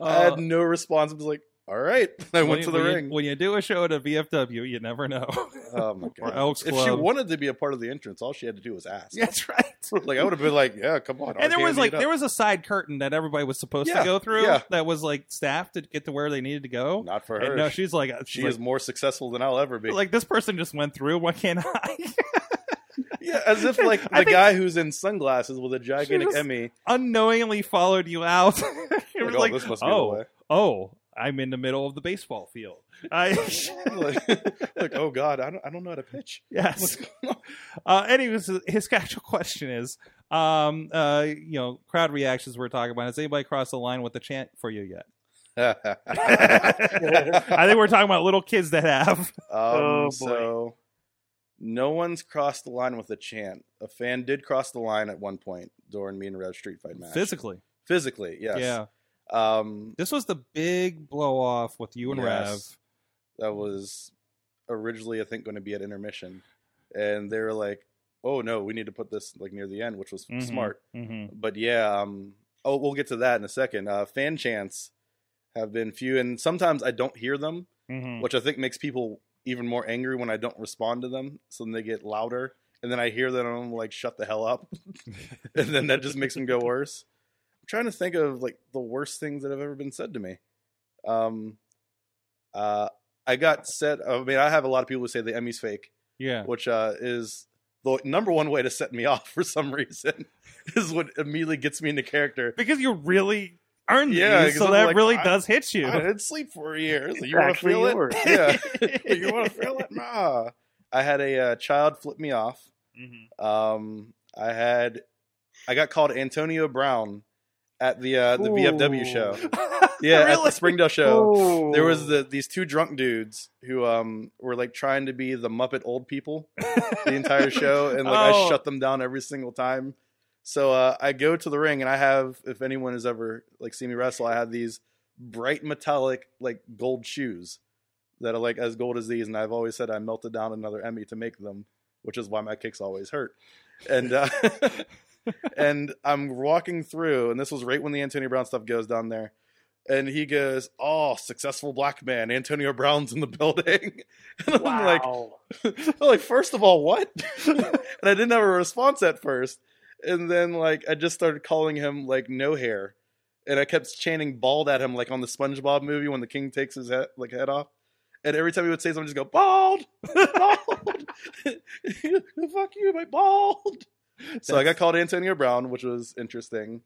Uh, had no response. I was like, "All right." I when went you- to the when you- ring. when you do a show at a VFW, you never know. Oh my god! Elks if she Club. wanted to be a part of the entrance, all she had to do was ask. That's right. Like I would have been like, "Yeah, come on." and there RKO was beat like up." there was a side curtain that everybody was supposed to Yeah, go through yeah. that was like staffed to get to where they needed to go. not for And her. no, she she's like uh, she's is more successful than I'll ever be. like, like, this person just went through. Why can't I? yeah, as if like the I think- guy who's in sunglasses with a gigantic was- Emmy. Unknowingly followed you out. it was Like, oh, like, this must be oh, the way. oh, I'm in the middle of the baseball field. I like, like, oh god, I don't, I don't know how to pitch. yes. Uh, anyways, his actual question is, um, uh, you know, crowd reactions we're talking about. Has anybody crossed the line with the chant for you yet? I think we're talking about little kids that have. Um, boy. So no one's crossed the line with a chant. A fan did cross the line at one point during me and Red Street Fight match. Physically, Physically, yes. yeah. Um, This was the big blow off with you and Yes. that was originally, I think, going to be at intermission, and they were like, "Oh no, we need to put this like near the end," which was Mhm. smart. Rev. Mm-hmm. But yeah, um, oh, we'll get to that in a second. Uh, fan chants have been few, and sometimes I don't hear them, Mm-hmm. which I think makes people even more angry when I don't respond to them. So then they get louder, and then I hear them, and I'm like, "Shut the hell up," and then that just makes them go worse. I'm trying to think of like the worst things that have ever been said to me. Um, uh, I got set. I mean, I have a lot of people who say the Emmy's fake, Yeah. which uh, is the number one way to set me off for some reason. Is what immediately gets me into character. Because you really earned Yeah, these, because so I'm that like, really I- does hit you. I didn't sleep for a year. So It's you want to actually feel yours. it? Yeah. you want to feel it? Nah. I had a uh, child flip me off. Mhm. Um, I had, I got called Antonio Brown at the uh, the Ooh. VFW show. Yeah, at the Really? Springdale show. Oh. There was the, these two drunk dudes who um were like trying to be the Muppet old people the entire show, and like Oh. I shut them down every single time. So uh, I go to the ring, and I have, if anyone has ever like seen me wrestle, I have these bright metallic like gold shoes that are like as gold as these, and I've always said I melted down another Emmy to make them, which is why my kicks always hurt. And uh, and I'm walking through, and this was right when the Antonio Brown stuff goes down there. And he goes, "Oh, successful black man, Antonio Brown's in the building." And I'm wow. like, I'm like, first of all, what? and I didn't have a response at first. And then like I just started calling him like no hair. And I kept chanting bald at him like on the SpongeBob movie when the king takes his head like head off. And every time he would say something, I'd just go, bald, bald. Fuck you, my bald. So I got That's- called Antonio Brown, which was interesting.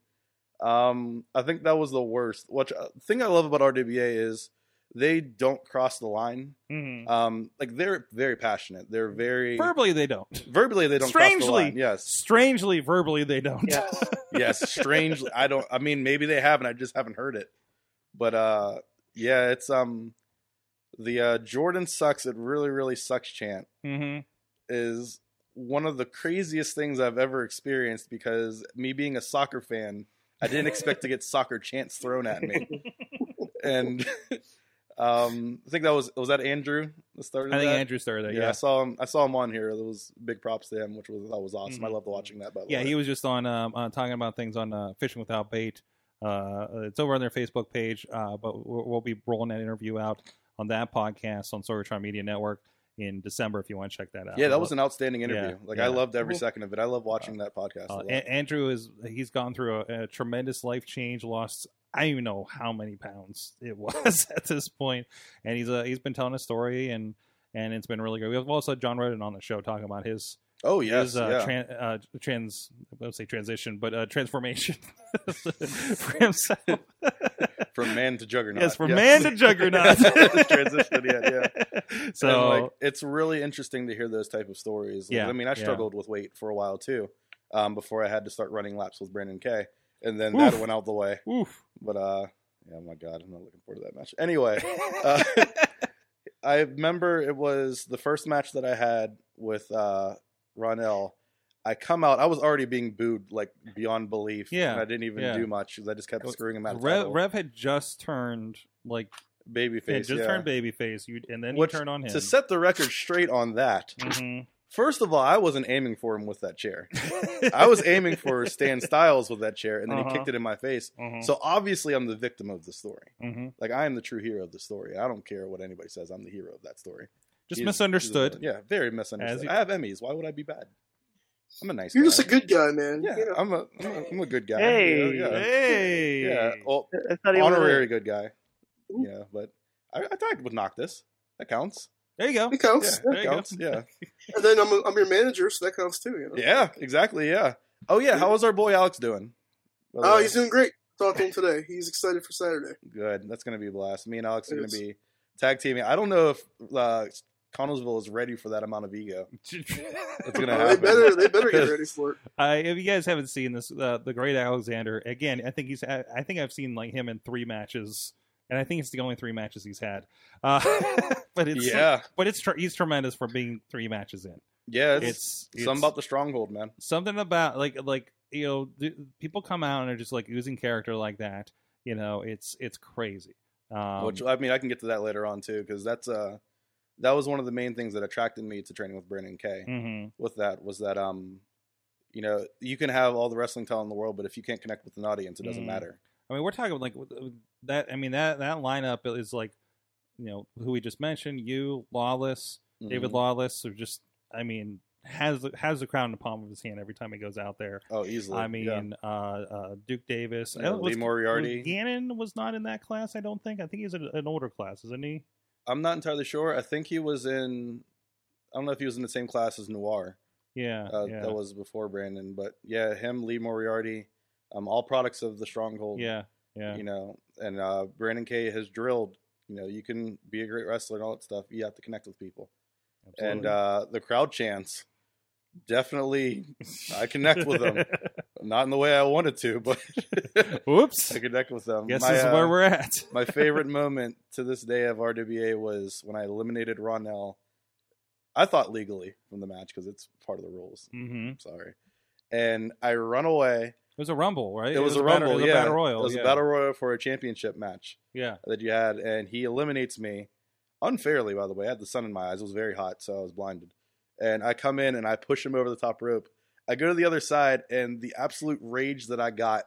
Um, I think that was the worst. What the thing I love about RWA is they don't cross the line Mhm. um like they're very passionate they're very Verbally, they don't. verbally they don't cross the Strangely. line. yes Strangely, verbally, they don't. Yes. yes strangely i don't i mean maybe they have and i just haven't heard it but uh yeah it's um the uh jordan sucks it really really sucks chant hmm is one of the craziest things i've ever experienced because me being a soccer fan i didn't expect to get soccer chants thrown at me and um i think that was was that andrew that started I think that? Andrew started that. Yeah, I Yes. saw him. I saw him on here. There was big props to him, which was that was awesome. I Mhm. loved watching that. By the Yeah, way. he was just on um, uh, talking about things on uh, Fishing Without Bait. Uh, it's over on their Facebook page, uh, but we'll, we'll be rolling that interview out on that podcast on Sorgatron Media Network. in December if you want to check that out. yeah, that was Well, an outstanding interview. Yeah, like yeah. I loved every second of it. I love watching that podcast. a Uh, lot. A- Andrew is he's gone through a, a tremendous life change, lost I don't even know how many pounds it was at this point, and he's uh, he's been telling a story and and it's been really good. We've also had John Redden on the show talking about his oh yes, his uh, yeah. tran- uh, trans I would say transition, but uh, transformation for himself. from man to juggernaut. yes, from Yeah. man to juggernaut. Transition, yeah, yeah. So So like, it's really interesting to hear those type of stories. Like, Yeah, I mean, I yeah. struggled with weight for a while too, um, before I had to start running laps with Brandon Kay, and then Oof. that went out the way. oof. But uh, yeah, oh my god, I'm not looking forward to that match. Anyway, uh, I remember it was the first match that I had with uh, Ronell. I come out, I was already being booed like beyond belief. Yeah, and I didn't even yeah. do much because I just kept screwing him out. Of Rev, title. Rev had just turned like baby it face, just yeah. turned babyface, you and then Which- you turn on him. To set the record straight on that, first of all, I wasn't aiming for him with that chair. Mhm. I was aiming for Stan Styles with that chair, and then Uh-huh. he kicked it in my face. Mhm. So obviously, I'm the victim of the story. Mhm. Like I am the true hero of the story. I don't care what anybody says. I'm the hero of that story. Just He's- misunderstood. he's a- yeah, very misunderstood. As you- I have Emmys. Why would I be bad? I'm a nice. You're guy. just a good guy, man. yeah. You know, I'm a I'm a, I'm a good guy. Hey. Oh, yeah, yeah. Hey. Yeah, well, I thought he was honorary good guy. Yeah, but I, I thought I would knock this. That counts. There you go. it Yeah, counts. There that you go. counts. Yeah, And then I'm, I'm your manager, so that counts too. You know? yeah, exactly. Yeah. Oh yeah, how is our boy Alex doing? By the Oh, way. he's doing great. Talked to him today. He's excited for Saturday. Good. That's going to be a blast. Me and Alex are It going to is. be tag teaming. I don't know if uh, Connellsville is ready for that amount of ego. It's They going to happen. better, they better get ready for it. I, Uh, if you guys haven't seen this, uh, the Great Alexander again. I think he's. I, I think I've seen like him in three matches, and I think it's the only three matches he's had. Uh, but it's yeah. but it's tr- he's tremendous for being three matches in. Yeah. It's, It's, it's something about the stronghold, man. something about like like you know th- people come out and are just like oozing character like that. You know, it's it's crazy. Um, Which, I mean, I can get to that later on, too, because that's uh, that was one of the main things that attracted me to training with Brandon Kay. mhm. With that, was that, um, you know, you can have all the wrestling talent in the world, but if you can't connect with an audience, it doesn't Mm. matter. I mean, we're talking like with- with that. I mean that that lineup is like, you know, who we just mentioned, you, Lawless, David Mhm. Lawless, are just. I mean, has the- has the crown in the palm of his hand every time he goes out there. Oh, easily. I yeah. mean, uh, uh, Duke Davis, Yeah, Uh, Lee was- Moriarty. was Gannon was not in that class. I don't think. I think he's an, an older class, isn't he? I'm not entirely sure. I think he was in. I don't know if he was in the same class as Noir. Yeah, Uh, yeah, That was before Brandon, but yeah, him, Lee Moriarty, um, all products of the Stronghold. yeah, yeah. you know, and uh, Brandon Kay has drilled. You know, you can be a great wrestler and all that stuff. You have to connect with people, and absolutely. uh, the crowd chants definitely. I connect uh, with them, not in the way I wanted to, but Whoops. I connect with them. Guess My, this is uh, where we're at. my favorite moment to this day of RWA was when I eliminated Ronell. I thought legally from the match because it's part of the rules. hmm It I'm sorry. And I run away. was a rumble, right? It, was, a battle- rumble. it was yeah. a battle royal. It was yeah. a battle royal for a championship match Yeah. that you had, and he eliminates me unfairly. By the way, I had the sun in my eyes. It was very hot, so I was blinded. And I come in and I push him over the top rope. I go to the other side, and the absolute rage that I got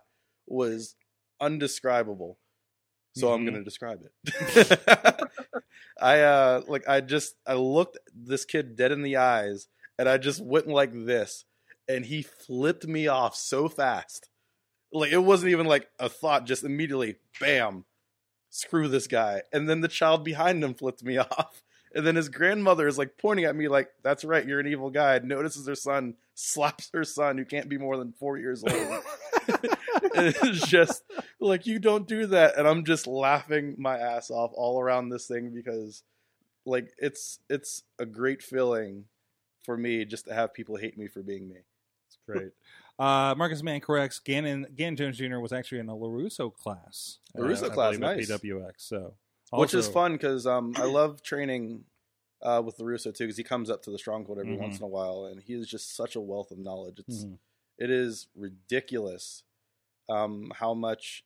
was undescribable. So I'm Mhm. gonna describe it. I uh like I just I looked this kid dead in the eyes and I just went like this and he flipped me off so fast. Like it wasn't even like a thought, just immediately bam, screw this guy. And then the child behind him flipped me off. And then his grandmother is like pointing at me like, That's right, you're an evil guy. Notices her son, slaps her son who can't be more than four years old. And it's just like you don't do that and i'm just laughing my ass off all around this thing because like it's it's a great feeling for me just to have people hate me for being me it's great Uh, Marcus Mann corrects Gannon, Gannon Jones Jr. was actually in a LaRusso class. uh, LaRusso I class, believe, nice. At PWX, so. which is also- fun because um i love training uh with larusso too because he comes up to the stronghold every Mhm. once in a while and he is just such a wealth of knowledge it's Mhm. it is ridiculous um how much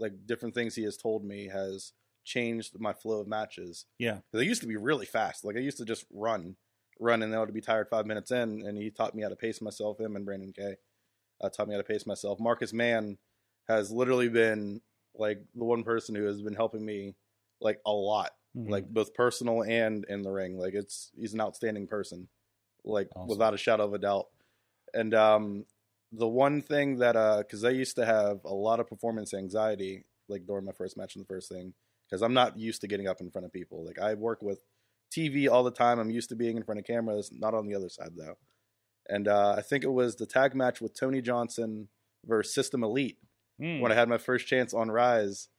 like different things he has told me has changed my flow of matches Yeah. 'Cause I used to be really fast like i used to just run run and then i would be tired five minutes in and he taught me how to pace myself him and brandon kay uh, taught me how to pace myself marcus mann has literally been like the one person who has been helping me like a lot Mm-hmm. like both personal and in the ring. Like it's he's an outstanding person, like Awesome. without a shadow of a doubt. And um, the one thing that uh, because I used to have a lot of performance anxiety, like during my first match and the first thing, because I'm not used to getting up in front of people. Like I work with TV all the time. I'm used to being in front of cameras, not on the other side though. And uh, I think it was the tag match with Tony Johnson versus System Elite Mm. when I had my first chance on Rise.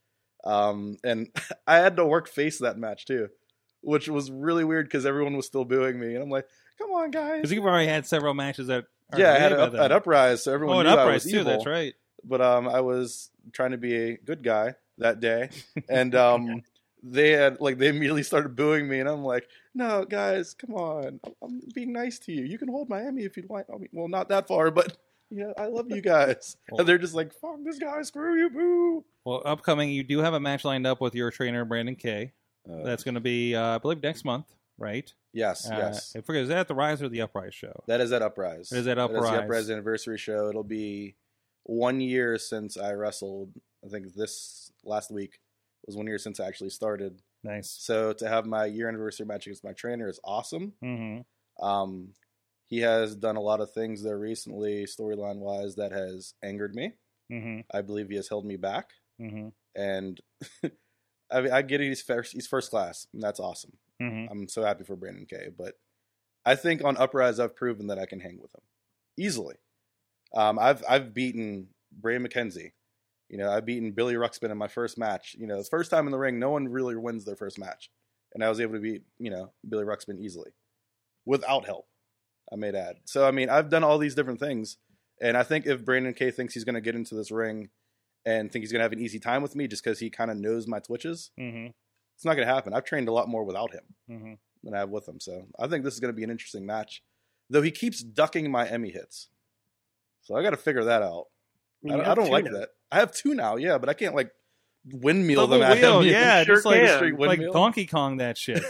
Um, and I had to work face that match too, which was really weird because everyone was still booing me. And I'm like, come on, guys. Because you've already had several matches at yeah, I had RVA an by up, then. at Uprise, so uh, everyone Oh, and knew I Uprise was too. evil. That's right. But um, I was trying to be a good guy that day, and um, they had like they immediately started booing me, and I'm like, no, guys, come on, I'm- I'm being nice to you. You can hold my Emmy if you'd like. I mean, well, not that far, but you know, I love you guys. And they're just like, fuck this guy, screw you, boo. Well, upcoming, you do have a match lined up with your trainer Brandon Kay. Uh, That's going to be, uh, I believe, next month, right? Yes, Uh, yes. I forget is that at the Rise or the Uprise show? That is at Uprise. That is at That is Uprise. the Uprise anniversary show. It'll be one year since I wrestled. I think this last week was one year since I actually started. Nice. So to have my year anniversary match against my trainer is awesome. Mm-hmm. Um, he has done a lot of things there recently, storyline wise, that has angered me. Mm-hmm. I believe he has held me back. Mm-hmm. And I, mean, I get he's first, he's first class, and that's awesome. Mm-hmm. I'm so happy for Brandon Kay, but I think on Uprise I've proven that I can hang with him easily. Um, I've I've beaten Bray McKenzie. You know, I've beaten Billy Ruxpin in my first match. You know, first time in the ring, no one really wins their first match, and I was able to beat you know Billy Ruxpin easily, without help. I may add. So I mean, I've done all these different things, and I think if Brandon Kay thinks he's going to get into this ring and think he's going to have an easy time with me just because he kind of knows my twitches, Mm-hmm. it's not going to happen. I've trained a lot more without him Mm-hmm. than I have with him. So I think this is going to be an interesting match. Though he keeps ducking my Emmy hits, so I got to figure that out. mean, I, you don't- I have don't two like now. that. I have two now, yeah, but I can't like windmill Double them at wheel, him. yeah, Sure just like can. Straight like windmill. Donkey Kong that shit.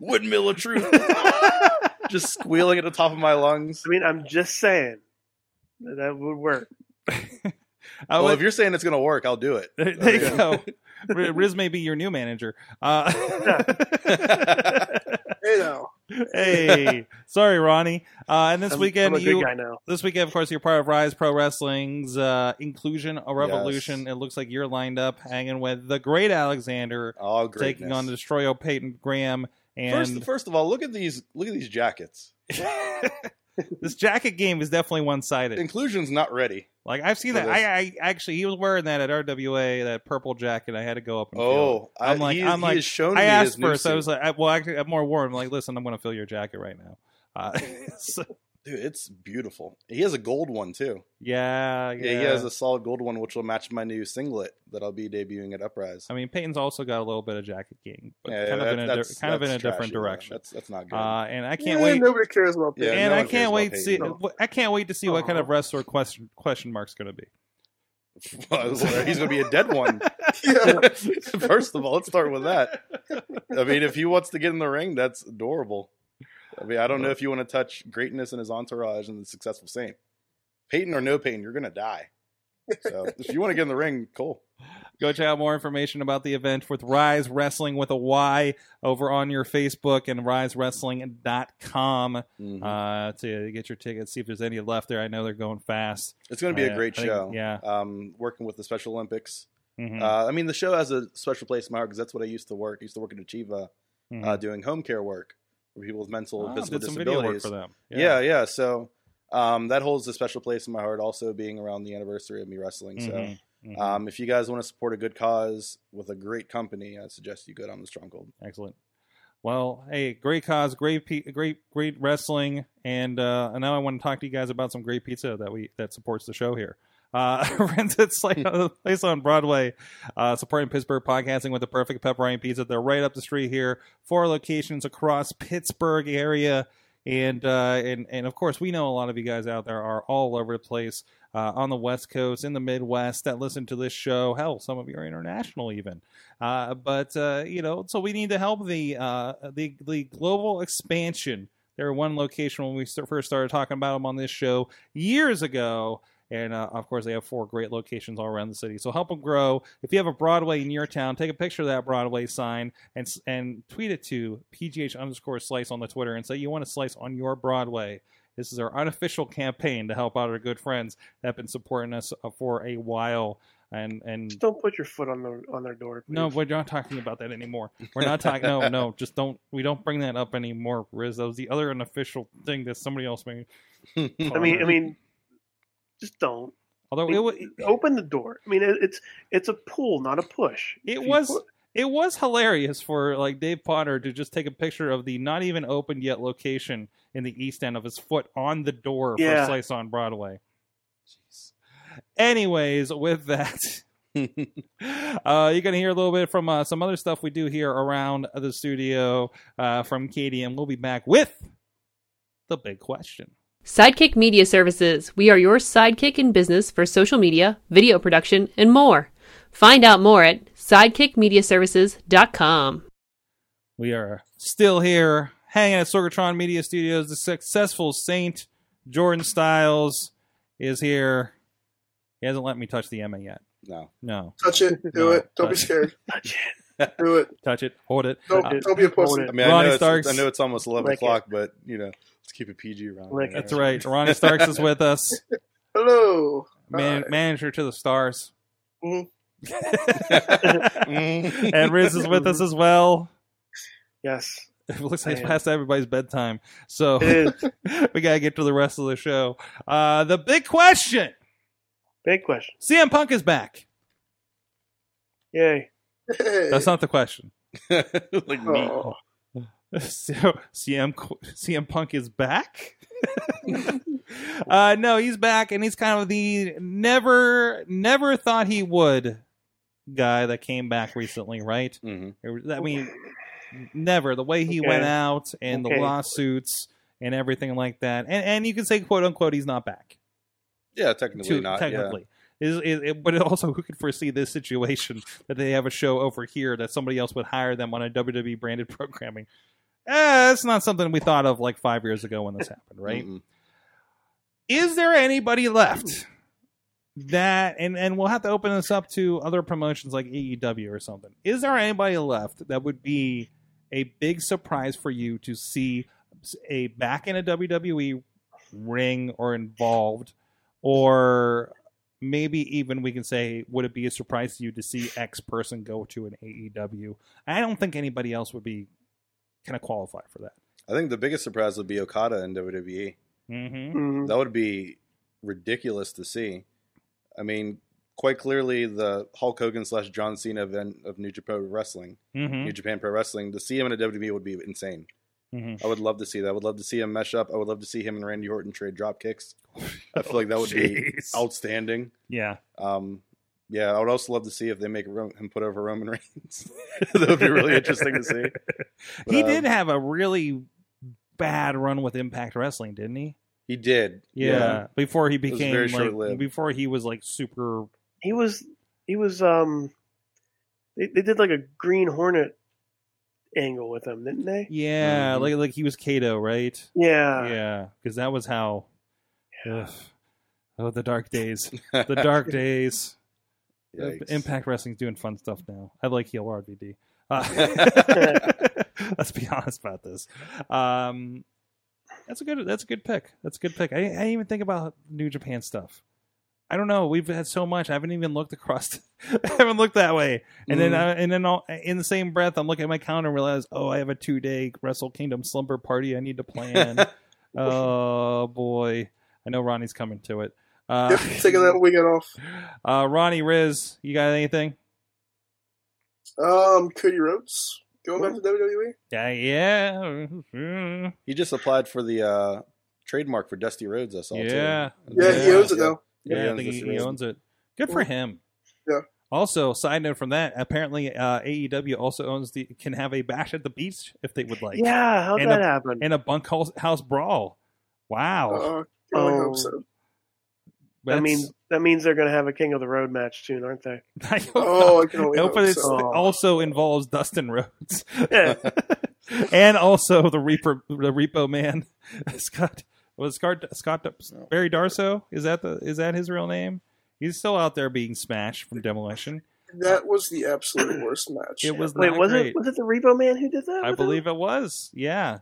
windmill of truth, just squealing at the top of my lungs. I mean, I'm just saying that, that would work. I well, would- Oh, if you're saying it's going to work, I'll do it. there you go. R- Riz may be your new manager. Uh, You know, hey, sorry, Ronnie. Uh, and this I'm- weekend I'm a good you guy now. this weekend, of course, you're part of Rise Pro Wrestling's uh, Inclusion a Revolution. Yes. It looks like you're lined up hanging with the great Alexander All greatness. taking on Destroyo Peyton Graham. And first, first of all, look at these look at these jackets. this jacket game is definitely one sided. Inclusion's not ready. Like I've seen For that. this. I, I actually he was wearing that at RWA, that purple jacket. I had to go up and feel Oh, I, I'm like- he, I'm he like- has shown it. I me asked his new first. I suit. was like, I, well, actually, I'm more warm. Like, listen, I'm going to fill your jacket right now. Uh, so- Dude, it's beautiful. He has a gold one too. yeah, yeah. Yeah. he has a solid gold one, which will match my new singlet that I'll be debuting at Uprise. I mean, Peyton's also got a little bit of jacket game, but Yeah, kind of in that- a di- that's- kind of in a that's different trashy, though. direction. That's that's not good. Uh, and I can't eh, wait. Nobody cares about Yeah, that. and no I one can't cares wait about to see. Peyton. Uh-huh. I can't wait to see what kind of Aw. wrestler question question mark's going to be. He's gonna be a dead one. Yeah. First of all, let's start with that. I mean, if he wants to get in the ring, that's adorable. I mean, I don't know if you want to touch greatness and his entourage and the successful saint. Peyton or no Peyton, you're gonna die. So if you want to get in the ring, cool. Go check out more information about the event with Rise Wrestling with a Y over on your Facebook and risewrestling.com Mm-hmm. uh, to get your tickets. See if there's any left there. I know they're going fast. It's going to be I- a great I think- show. yeah. Um, working with the Special Olympics. Mhm. Uh, I mean, the show has a special place in my heart because that's what I used to work. I used to work at Achieva, Mhm. uh, doing home care work for people with mental Ah, and physical did some video work disabilities. for them. yeah. yeah, So um, that holds a special place in my heart. Also, being around the anniversary of me wrestling. Mhm. Mhm. So, um, if you guys want to support a good cause with a great company, I suggest you go down the Stronghold. Excellent. Well, hey, great cause, great, pe- great, great wrestling, and uh, and now I want to talk to you guys about some great pizza that we that supports the show here. Uh, rented Slight on the uh, place on Broadway, uh, supporting Pittsburgh podcasting with the perfect pepperoni pizza. They're right up the street here, four locations across Pittsburgh area, and uh, and and of course we know a lot of you guys out there are all over the place uh, on the West Coast, in the Midwest that listen to this show. Hell, some of you are international even. Uh, but uh, you know, so we need to help the uh, the the global expansion. They were one location when we st- first started talking about them on this show years ago, And uh, of course, they have four great locations all around the city. So help them grow. If you have a Broadway in your town, take a picture of that Broadway sign and s- and tweet it to pgh underscore slice on the Twitter and say you want to slice on your Broadway. This is our unofficial campaign to help out our good friends that have been supporting us uh, for a while. And and Just don't put your foot on the on their door. please. no, we're not talking about that anymore. We're not talking. no, no, just don't. We don't bring that up anymore, Riz. That was the other unofficial thing that somebody else made. I mean, I mean, just don't. although it was, Open the door. I mean, it, it's it's a pull, not a push. If it you was pu- it was hilarious for like Dave Potter to just take a picture of the not even opened yet location in the East End of his foot on the door Yeah. for Slice on Broadway. Anyways, with that, uh, you're gonna hear a little bit from uh, some other stuff we do here around the studio uh, from Katie, and we'll be back with the big question. Sidekick Media Services. We are your sidekick in business for social media, video production, and more. Find out more at sidekickmediaservices.com. We are still here, hanging at Sorgatron Media Studios. The successful Saint Jordan Styles is here. He hasn't let me touch the Emma yet. No. No, Touch it. Do No, it. Don't be touch it. scared. Do it. touch it, hold it. Don't, Uh, don't be a pussy. I mean, I Ronnie know, Starks. it's, I know it's almost 11 Lick it. o'clock, but, you know, let's keep it PG around Lick here. that's right. Ronnie Starks is with us, Hello. man, Hi. manager to the stars. Mm-hmm. Mhm. Mm. and Riz is with us as well. yes, It looks like it's Man. past everybody's bedtime, so it is we gotta get to the rest of the show. Uh, the big question: big question. CM Punk is back. Yay! Hey. That's not the question. like me. Oh. So CM Qu- CM Punk is back. uh, no, he's back, and he's kind of the never never thought he would guy that came back recently, right? Mhm. It was- I mean, never the way he went Okay. out and Okay. the lawsuits and everything like that, and and you can say quote unquote he's not back. Yeah, technically to- not. technically. Is, is, it, but also, who could foresee this situation that they have a show over here that somebody else would hire them on a WWE branded programming? Eh, that's not something we thought of like five years ago when this happened, Yeah. right? Mm-mm. Is there anybody left that, and, and we'll have to open this up to other promotions like AEW or something. Is there anybody left that would be a big surprise for you to see a back in a WWE ring or involved, or maybe even we can say, would it be a surprise to you to see X person go to an AEW? I don't think anybody else would be kind of qualified for that. I think the biggest surprise would be Okada in WWE. Mm-hmm. Mhm. That would be ridiculous to see. I mean, quite clearly, the Hulk Hogan slash John Cena event of New Japan Wrestling, Mm-hmm. New Japan Pro Wrestling, to see him in a WWE would be insane. Mm-hmm. I would love to see that. I would love to see him mesh up. I would love to see him and Randy Orton trade drop kicks. I feel like that would be Jeez. outstanding. Yeah. Um, yeah, I would also love to see if they make Ro- him put over Roman Reigns. that would be really interesting to see. he But, um, did have a really bad run with Impact Wrestling, didn't he? He did. Before he was became very like short-lived. before he was like super He was he was um they, they did like a Green Hornet angle with him, didn't they? Yeah, Mhm. like like he was Kato, right? Uh, Yeah. Yeah, cuz that was how ugh. Oh, the dark days. The dark days. Uh, Yikes. Impact Wrestling's doing fun stuff now. I like heel RVD. Uh, let's be honest about this. Um, that's a good. That's a good pick. That's a good pick. I, I didn't even think about New Japan stuff. I don't know. We've had so much. I haven't even looked across. I haven't looked that way. And then, Mhm. I, and then, all, in the same breath, I'm looking at my calendar and realize, oh, I have a two day Wrestle Kingdom slumber party. I need to plan. oh boy, I know Ronnie's coming to it. Uh, Yep, taking that weekend off. uh, Ronnie Riz, you got anything? Um, Cody Rhodes going back to E? WWE. Yeah, yeah, yeah. He just applied for the uh, trademark for Dusty Rhodes. I saw. too. Yeah. Yeah, he Yeah. owns it now. Yeah, I think this he, is he amazing. owns it. Good for him. Yeah. Also, side note from that, apparently uh, AEW also owns the can have a bash at the beach if they would like. Yeah, how'd And that a- happen? And a bunkhouse house brawl. Wow. Uh, can only Oh. hope so. That That's- means that means they're gonna have a King of the Road match soon, aren't they? I hope Oh, I can only I hope hope, it's so. so. also involves Dustin Rhodes and also the Reaper, the Repo Man, Scott Was Scott, Scott Barry Darso? Is that the is that his real name? He's still out there being smashed from demolition. That was the absolute worst match. It was Wait, not was great. it was it the Repo Man who did that? I with him? believe it was. Yeah.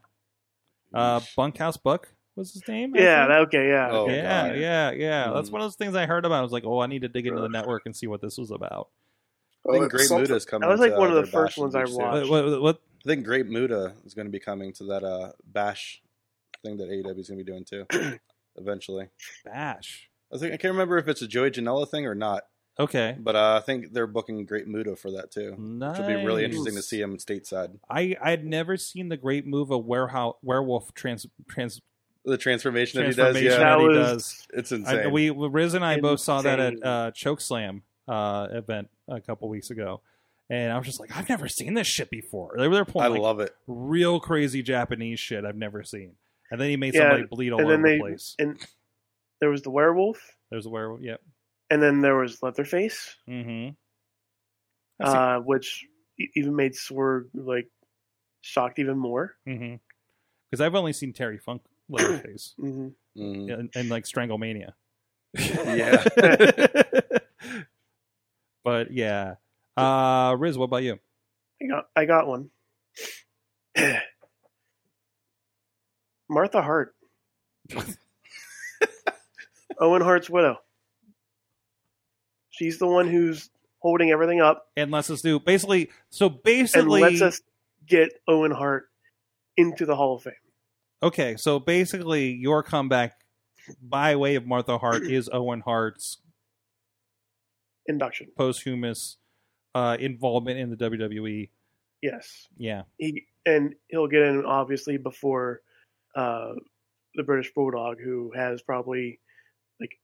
Uh, Bunkhouse Buck was his name. I Yeah. think? That, okay. Yeah. Oh, yeah, God. yeah, yeah. That's Mhm. one of those things I heard about. I was like, oh, I need to dig into the network and see what this was about. I think Great Oh, something- Muda is coming. Oh, That was, like, to, one of their the first Bash ones in I Beach City. What, watched. what, what- I think Great Muda is going to be coming to that uh, Bash thing that AEW is going to be doing too, eventually. Bash. I think I can't remember if it's a Joey Janela thing or not, Okay. but uh, I think they're booking Great Muda for that too, Nice. which will be really interesting to see him stateside. I I had never seen the great move of warehouse werewolf trans trans The transformation, that he transformation does, yeah, that That he was- does. it's I- insane. we Riz and I both saw that at Insane. uh, Chokeslam uh, event a couple weeks ago, and I was just like, I've never seen this shit before. They were they're I pulling like, love it. real crazy Japanese shit I've never seen. And then he made Yeah, somebody bleed all and over then the they- place. And there was the werewolf, There's a werewolf. Yep. and then there was Leatherface, Mm-hmm. That's uh, which e- even made Swerve like shocked even more. Mm-hmm. Because I've only seen Terry Funk Leatherface hmm Mhm. and, and like Stranglemania. Yeah. but yeah, uh, Riz, what about you? I got I got one. Martha Hart. Owen Hart's widow. She's the one who's holding everything up And lets us do basically. So and basically, lets us get Owen Hart into the Hall of Fame. okay. So basically, your comeback by way of Martha Hart is Owen Hart's Induction. posthumous uh, involvement in the WWE. Yes. Yeah. He and he'll get in obviously before uh, the British Bulldog who has probably like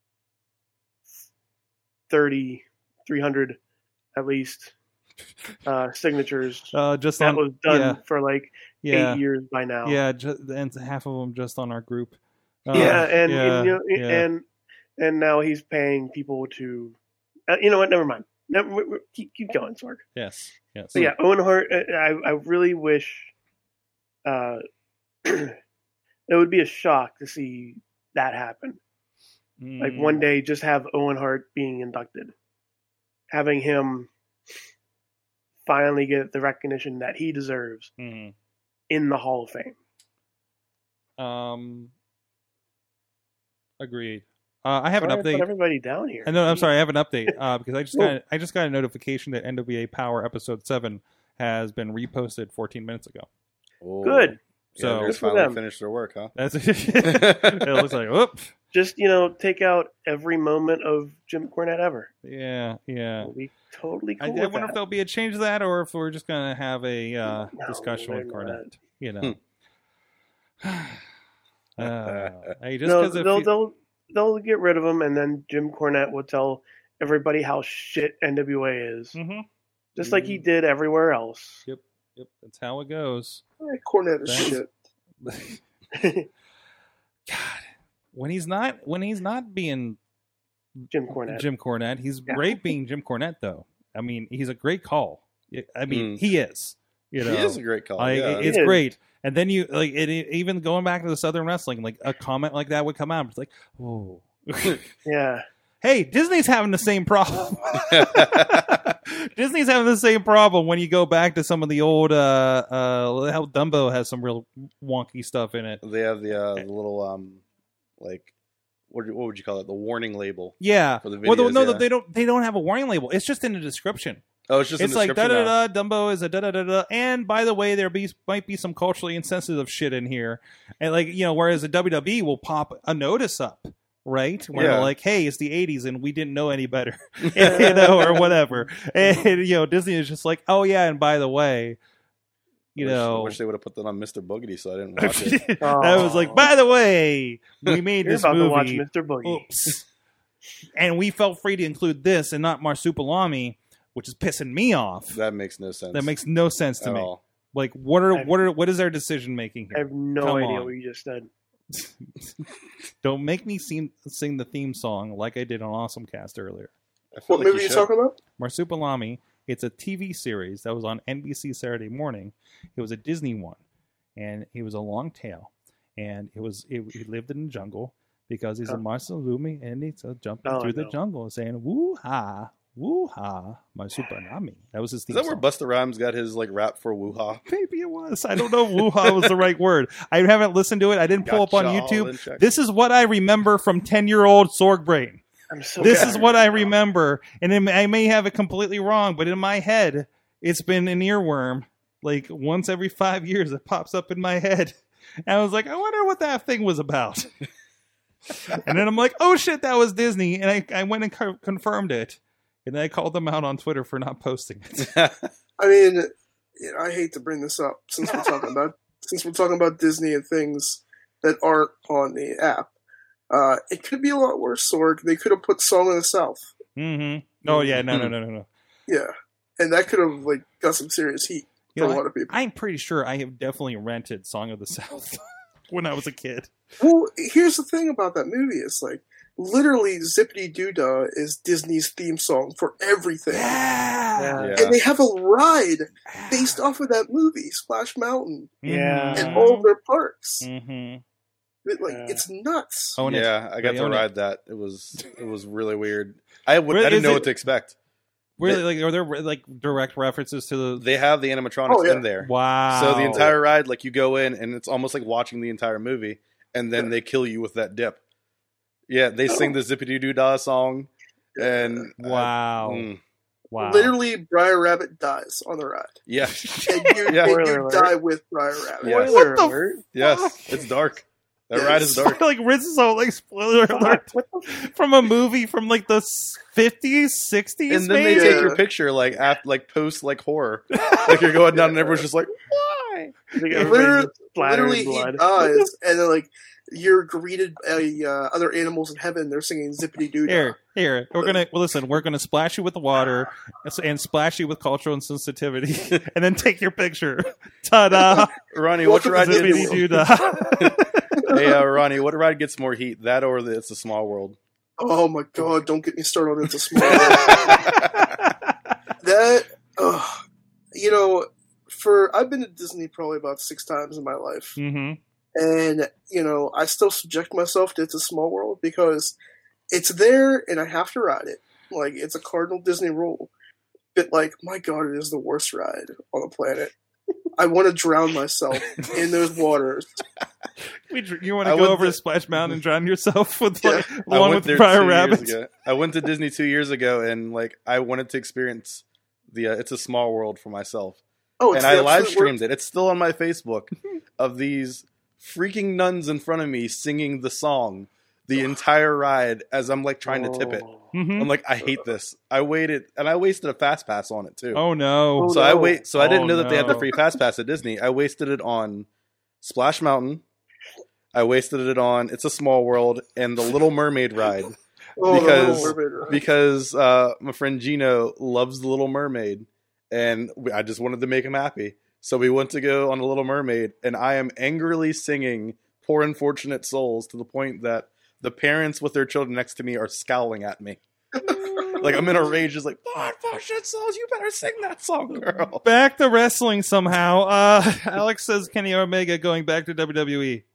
30 300 at least uh, signatures Uh, just that on, was done yeah. for like yeah, eight years by now. yeah, ju- and half of them just on our group. Uh, yeah, and yeah, and, you know, yeah. and and now he's paying people to, uh, you know what? Never mind. No, we- we- keep, keep going, Sorg. yes, yes, So yeah, Owen Hart. uh, I I really wish, uh, it would be a shock to see that happen. Like Mm. one day, just have Owen Hart being inducted, having him finally get the recognition that he deserves Mhm. in the Hall of Fame. Um, agreed. Uh, I have an Sorry I put update. everybody down here. And no, I'm sorry, I have an update uh, because I just got Cool. I just got a notification that NWA Power episode seven has been reposted 14 minutes ago. Oh. Good. Yeah, So- they Good for them. finally finished their work, huh? That's it. it looks like whoop. Just you know, take out every moment of Jim Cornette ever. Yeah, yeah. We'll be totally I, cool. I with wonder if that. there'll be a change to that or if we're just gonna have a uh, No, discussion with they're Garnett. You know. Hmm. Uh, hey, just no, 'cause if they'll you- they'll they'll get rid of him, and then Jim Cornette will tell everybody how shit NWA is, Mhm. just like he did everywhere else. Yep, that's how it goes. Eh, Cornette is Thanks. shit. God, when he's not when he's not being Jim Cornette. Jim Cornette, he's Yeah. great being Jim Cornette though. I mean, he's a great call. I- I mean, Mm. he is. You know, he is a great call. Like, yeah. it- it's He is. great. And then you like it, it- even going back to the Southern wrestling, like a comment like that would come out. It's like, oh, Yeah, hey, Disney's having the same problem. Disney's having the same problem when you go back to some of the old. uh uh How Dumbo has some real wonky stuff in it. they have the, uh, the little um, like what, do- what would you call it? The warning label. Yeah. For the well, the- videos, no, yeah. they don't. They don't have a warning label. It's just in the description. Oh, it's just it's in the like da description da now. da. Dumbo is a da da da da. And by the way, there be might be some culturally insensitive shit in here, and like you know, whereas the WWE will pop a notice up, right? Where Yeah. they're like, hey, it's the '80s and we didn't know any better, you know, or whatever. And you know, Disney is just like, oh yeah, and by the way, you Wish- I know, wish they would have put that on Mr. Boogedy so I didn't watch it. I was like, by the way, we made you're this about to watch movie. Mr. Boogie. Oops. and we felt free to include this and not Marsupilami, which is pissing me off. That makes no sense. That makes no sense to at me. all. Like, what are I've- what are what is their decision making I here? have no Come idea on. what you just said. Don't make me sing, sing the theme song like I did on Awesome Cast earlier. I feel What like movie are you should. talking about? Marsupilami. It's a TV series that was on NBC Saturday morning. It was a Disney one, and it was a long tale. and it was it, he lived in the jungle because he's a Marsupilami and he's uh, jumping Oh, through no. the jungle and saying woo ha woo ha Marsupilami. That was his Is theme that where song. Busta Rhymes got his like rap for Wuha? Maybe it was. I don't know. if Woo ha was the right word. I haven't listened to it. I didn't pull up on Gotcha, all YouTube. in check. This is what I remember from ten year old Sorg Brain. I'm so This bad. is what I remember, and it- I may have it completely wrong, but in my head, it's been an earworm. Like once every five years, it pops up in my head. And I was like, I wonder what that thing was about. and then I'm like, oh shit, that was Disney. And I, I went and co- confirmed it. And then I called them out on Twitter for not posting it. I mean, you know, I hate to bring this up since we're talking about since we're talking about Disney and things that aren't on the app. Uh, it could be a lot worse, Sorg. They could have put Song of the South. mm-hmm. Oh, yeah, no, no, no, no, no. Yeah, and that could have like got some serious heat You for know, a lot of people. I'm pretty sure I have definitely rented Song of the South when I was a kid. Well, here's the thing about that movie: it's like literally Zippity Doo Dah is Disney's theme song for everything, Yeah. Yeah. and they have a ride based off of that movie, Splash Mountain, Yeah. and all their parks. Mm-hmm. It, like Yeah. it's nuts. Own it. yeah, I got They to own it. ride that. It was it was really weird. I would Where is I didn't know it? what to expect. Really? Like, are there like direct references to the? They have the animatronics Oh, yeah. in there. Wow. So the entire ride, like you go in and it's almost like watching the entire movie, and then they kill you with that dip. Yeah, they sing the zippity doo dah song, and uh, Wow. mm, wow. Literally, Briar Rabbit dies on the ride, yeah, and you, Yeah. and you Spoiler alert. die with Briar Rabbit. Yes. Spoiler the alert. yes, it's dark. That Yeah, ride it's is dark. like Riz is all like spoiler alert What the from a movie from like the fifties, sixties. And then they Maybe take Yeah. your picture like at like post like horror, like you're going down and everyone's just like, I think Yeah. everybody's Literally- splattered Literally, in he uh, blood. dies, and then like you're greeted by uh, other animals in heaven. They're singing Zippity Doo Dah. here, here. We're gonna well, listen. We're gonna splash you with the water and- and splash you with cultural insensitivity, and then take your picture. Ta-da! Ronnie, which Welcome to ride? the Gets, video. Zippity doo da. hey, uh, Ronnie, what ride gets more heat? That or the It's a Small World? Oh my god! Don't get me started on it's a small. that ugh, you know, for I've been to Disney probably about six times in my life, hmm and you know, I still subject myself to it's a small world because it's there and I have to ride it. Like it's a cardinal Disney rule. But like, my god, it is the worst ride on the planet. I want to drown myself in those waters. We, dr- you want to I go went over to- to Splash Mountain and drown yourself with like, I along went with there Briar two Rabbit? Years ago. I went to Disney two years ago, and like I wanted to experience the uh, "It's a Small World" for myself, Oh, and the I absolute live worst. streamed it. It's still on my Facebook of these freaking nuns in front of me singing the song the entire ride as I'm like trying to tip it. Mhm. I'm like, I hate this. I waited, and I wasted a fast pass on it too. Oh no! Oh, so I wait. So I Oh, didn't know that they had the no. free fast pass at Disney. I wasted it on Splash Mountain. I wasted it on It's a Small World and the Little Mermaid ride Oh, the because- Little Mermaid ride. because uh, my friend Gino loves the Little Mermaid, and we, I just wanted to make him happy. So we went to go on the Little Mermaid, and I am angrily singing "Poor Unfortunate Souls" to the point that the parents with their children next to me are scowling at me. like I'm in a rage, just like "Poor Unfortunate Souls, you better sing that song, girl." Back to wrestling somehow. Uh, Alex says Kenny Omega going back to E. WWE.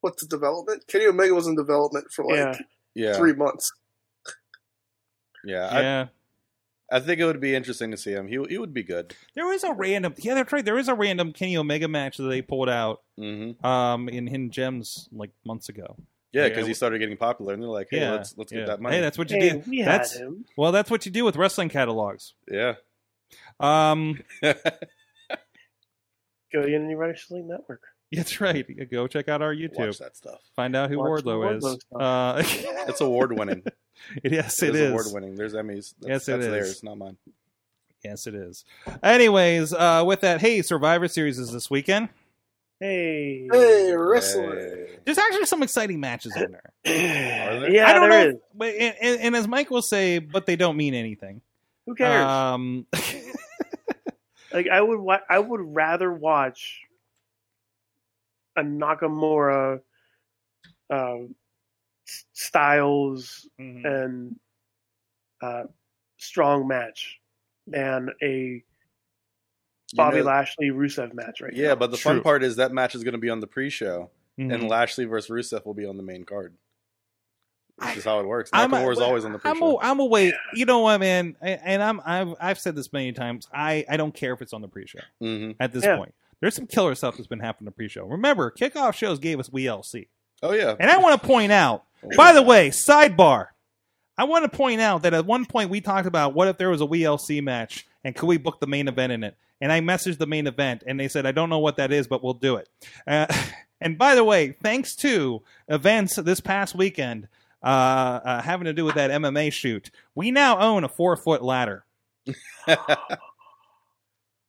what's the development? Kenny Omega was in development for like Yeah. Yeah, three months. yeah. Yeah, I, I think it would be interesting to see him. He he would be good. there was a random. Yeah, that's right. There was a random Kenny Omega match that they pulled out hmm um in Hidden Gems like months ago. Yeah, Yeah, because w- he started getting popular, and they're like, "Hey, yeah, let's let's yeah. get that money." Hey, that's what you Hey, do. we had That's him. well, that's what you do with wrestling catalogs. yeah. Um, Go to any wrestling network. that's right. Go check out our YouTube. Watch that stuff. Find out who Watch the Wardlow is. Uh, It's award winning. yes, it is. award winning. There's Emmys. Yes, That's, it that's is. theirs, not mine. Yes, it is. Anyways, uh, with that, hey, Survivor Series is this weekend. Hey. Hey, wrestling. There's actually some exciting matches in there. there? Yeah, I don't there know. is. But and, and, and as Mike will say, but they don't mean anything. Who cares? Um, like I would, wa- I would rather watch a Nakamura, um, S- Styles Hmm. and uh, strong match than a Bobby know- Lashley Rusev match right Yeah, now. but the fun part is that match is going to be on the pre-show, Mm-hmm. and Lashley versus Rusev will be on the main card. Which is how it works. Not I'm the war is well, always on the I'm pre-show. a, I'm away. You know what, man? I- And I'm I've I've said this many times. I I don't care if it's on the pre-show hmm at this Yeah. point. There's some killer stuff that's been happening to pre-show. Remember, kickoff shows gave us WLC, Oh yeah. and I want to point out. By the way, sidebar. I want to point out that at one point we talked about what if there was a WLC match and could we book the main event in it? And I messaged the main event and they said, I don't know what that is, but we'll do it. Uh, and by the way, thanks to events this past weekend uh, uh, having to do with that MMA shoot, we now own a four foot ladder.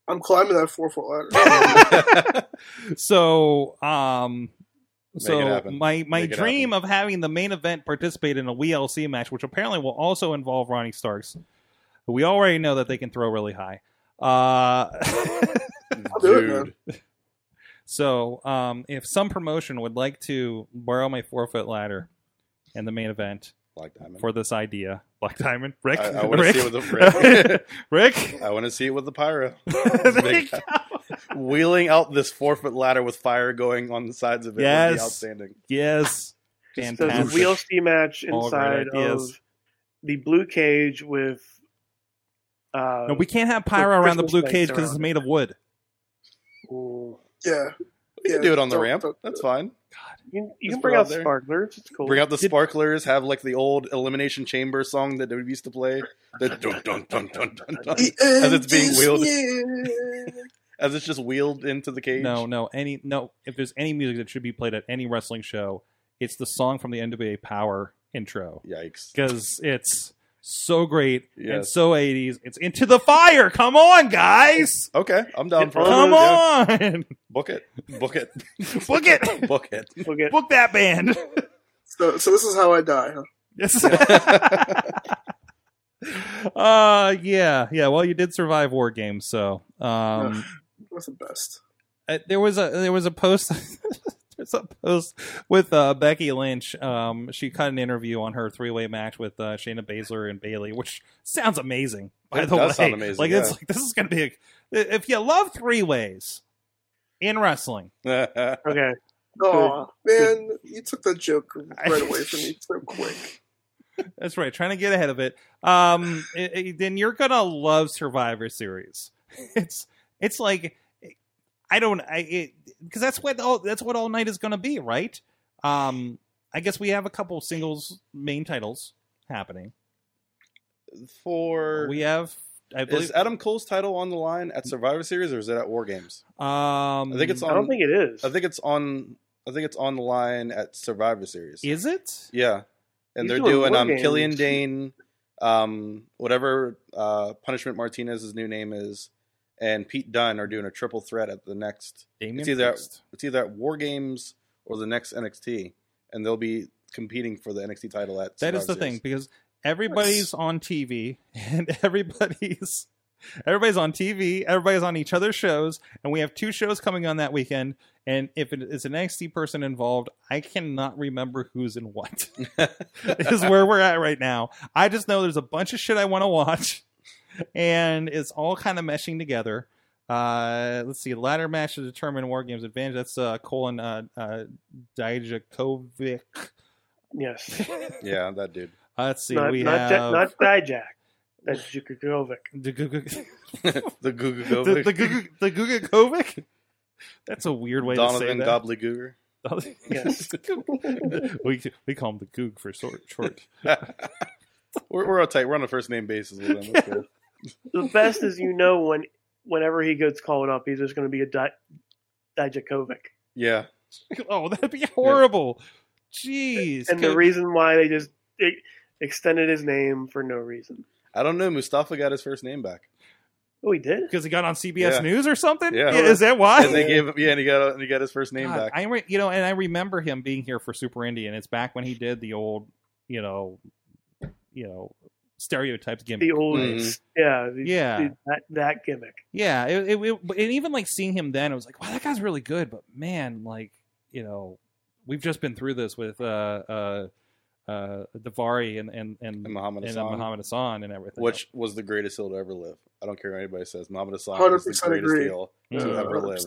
I'm climbing that four foot ladder. so um it so happen. my my Make it dream of having the main event participate in a WLC match, which apparently will also involve Ronnie Starks, who we already know that they can throw really high. Uh do it, man. Dude. so um if some promotion would like to borrow my four foot ladder in the main event Black Diamond. for this idea, Black Diamond, Rick, I, I want to Rick, see it with the Rick, I want to see it with the pyro. There you go. Wheeling out this four foot ladder with fire going on the sides of it would Yes. be outstanding. yes, Just the fantastic. WLC match All inside great of ideas. the blue cage with. Uh, No, we can't have pyro With around the Christmas blue lights cage because it's around made of wood. ooh. yeah. We can Yeah, do it on the don't- ramp. don't- That's fine. you, you Just can put bring it out out there. sparklers. It's cool. Bring out the sparklers. Have like the old Elimination Chamber song that we used to play. The dun dun dun dun dun dun. The As it's being end wheeled. is near. As it's just wheeled into the cage. No, no, any no. If there's any music that should be played at any wrestling show, it's the song from the NWA Power intro Yikes. because it's so great and Yes. so 80s. It's into the fire. Come on, guys. Okay, I'm down for it. Come Yeah. on, Book it. Book it. book it, Book it. We'll get- book that band. So, so this is how I die, huh? Yes. uh, yeah, yeah. Well, you did survive War Games, so um, That's the best. uh, there was a there was a post there's a post with uh, Becky Lynch. Um, she cut an interview on her three way match with uh, Shayna Baszler and Bailey, which sounds amazing. By It the does way, sound amazing, like it's yeah. like this is gonna be a, if you love three ways in wrestling. okay. Oh man, you took the joke right away from me so quick. That's right. Trying to get ahead of it. Um, it- it- then you're gonna love Survivor Series. It's it's like I don't I because that's what all that's what all night is gonna be, right? Um, I guess we have a couple singles main titles happening. for We have I believe is Adam Cole's title on the line at Survivor Series or is it at War Games? um I think it's I don't on. think it is. I think it's on. I think it's on the line at Survivor Series. is it Yeah, and He's they're doing doing War um Games. Killian Dane, um whatever uh Punishment Martinez's new name is, and Pete Dunn are doing a triple threat at the next. Damien It's either at, Priest. it's either at War Games or the next NXT, and they'll be competing for the NXT title at. That is the Survivor thing Series. because everybody's on TV and everybody's everybody's on TV, everybody's on each other's shows, and we have two shows coming on that weekend. And if it is an NXT person involved, I cannot remember who's in what. is where we're at right now. I just know there's a bunch of shit I want to watch, and it's all kind of meshing together. Uh, let's see, ladder match to determine War Games advantage. That's uh, Colin uh, uh, Dijakovic. yes. Yeah, that dude. Uh, let's see, not we not, have Ja- not Dijak. That's Jukukovic. The Gugu- the Goo Goo the the Gugu- the Gugakovic? That's a weird way Donovan to say Oh, Gobbledygooker. that. Yes. we we call him the Goog for short. short. We're we're all tight. We're on a first name basis with him. That's cool. The best is you know when whenever he gets called up, he's just going to be a Di- Dijakovic. Yeah, oh, that'd be horrible. Jeez. And the could- reason why they just they extended his name for no reason. I don't know. Mustafa got his first name back. Oh, he did. because it got on CBS Yeah. News or something. Yeah. is that why? and they gave him, yeah, and he got and he got his first name God, back. I re- you know, and I remember him being here for Super Indie, and it's back when he did the old, you know, you know, stereotypes gimmick. The old, Mhm. yeah, the- Mm-hmm. Yeah. the- that that gimmick. yeah, it, it, it- and even like seeing him then, it was like, wow, that guy's really good. But man, like you know, we've just been through this with uh uh uh, Davari and and and, And Muhammad and Hassan. Muhammad Hassan and everything. which was the greatest heel to ever live. I don't care what anybody says. Muhammad Hassan 100% was the greatest agree. heel Mm. to Uh, ever live. 100%.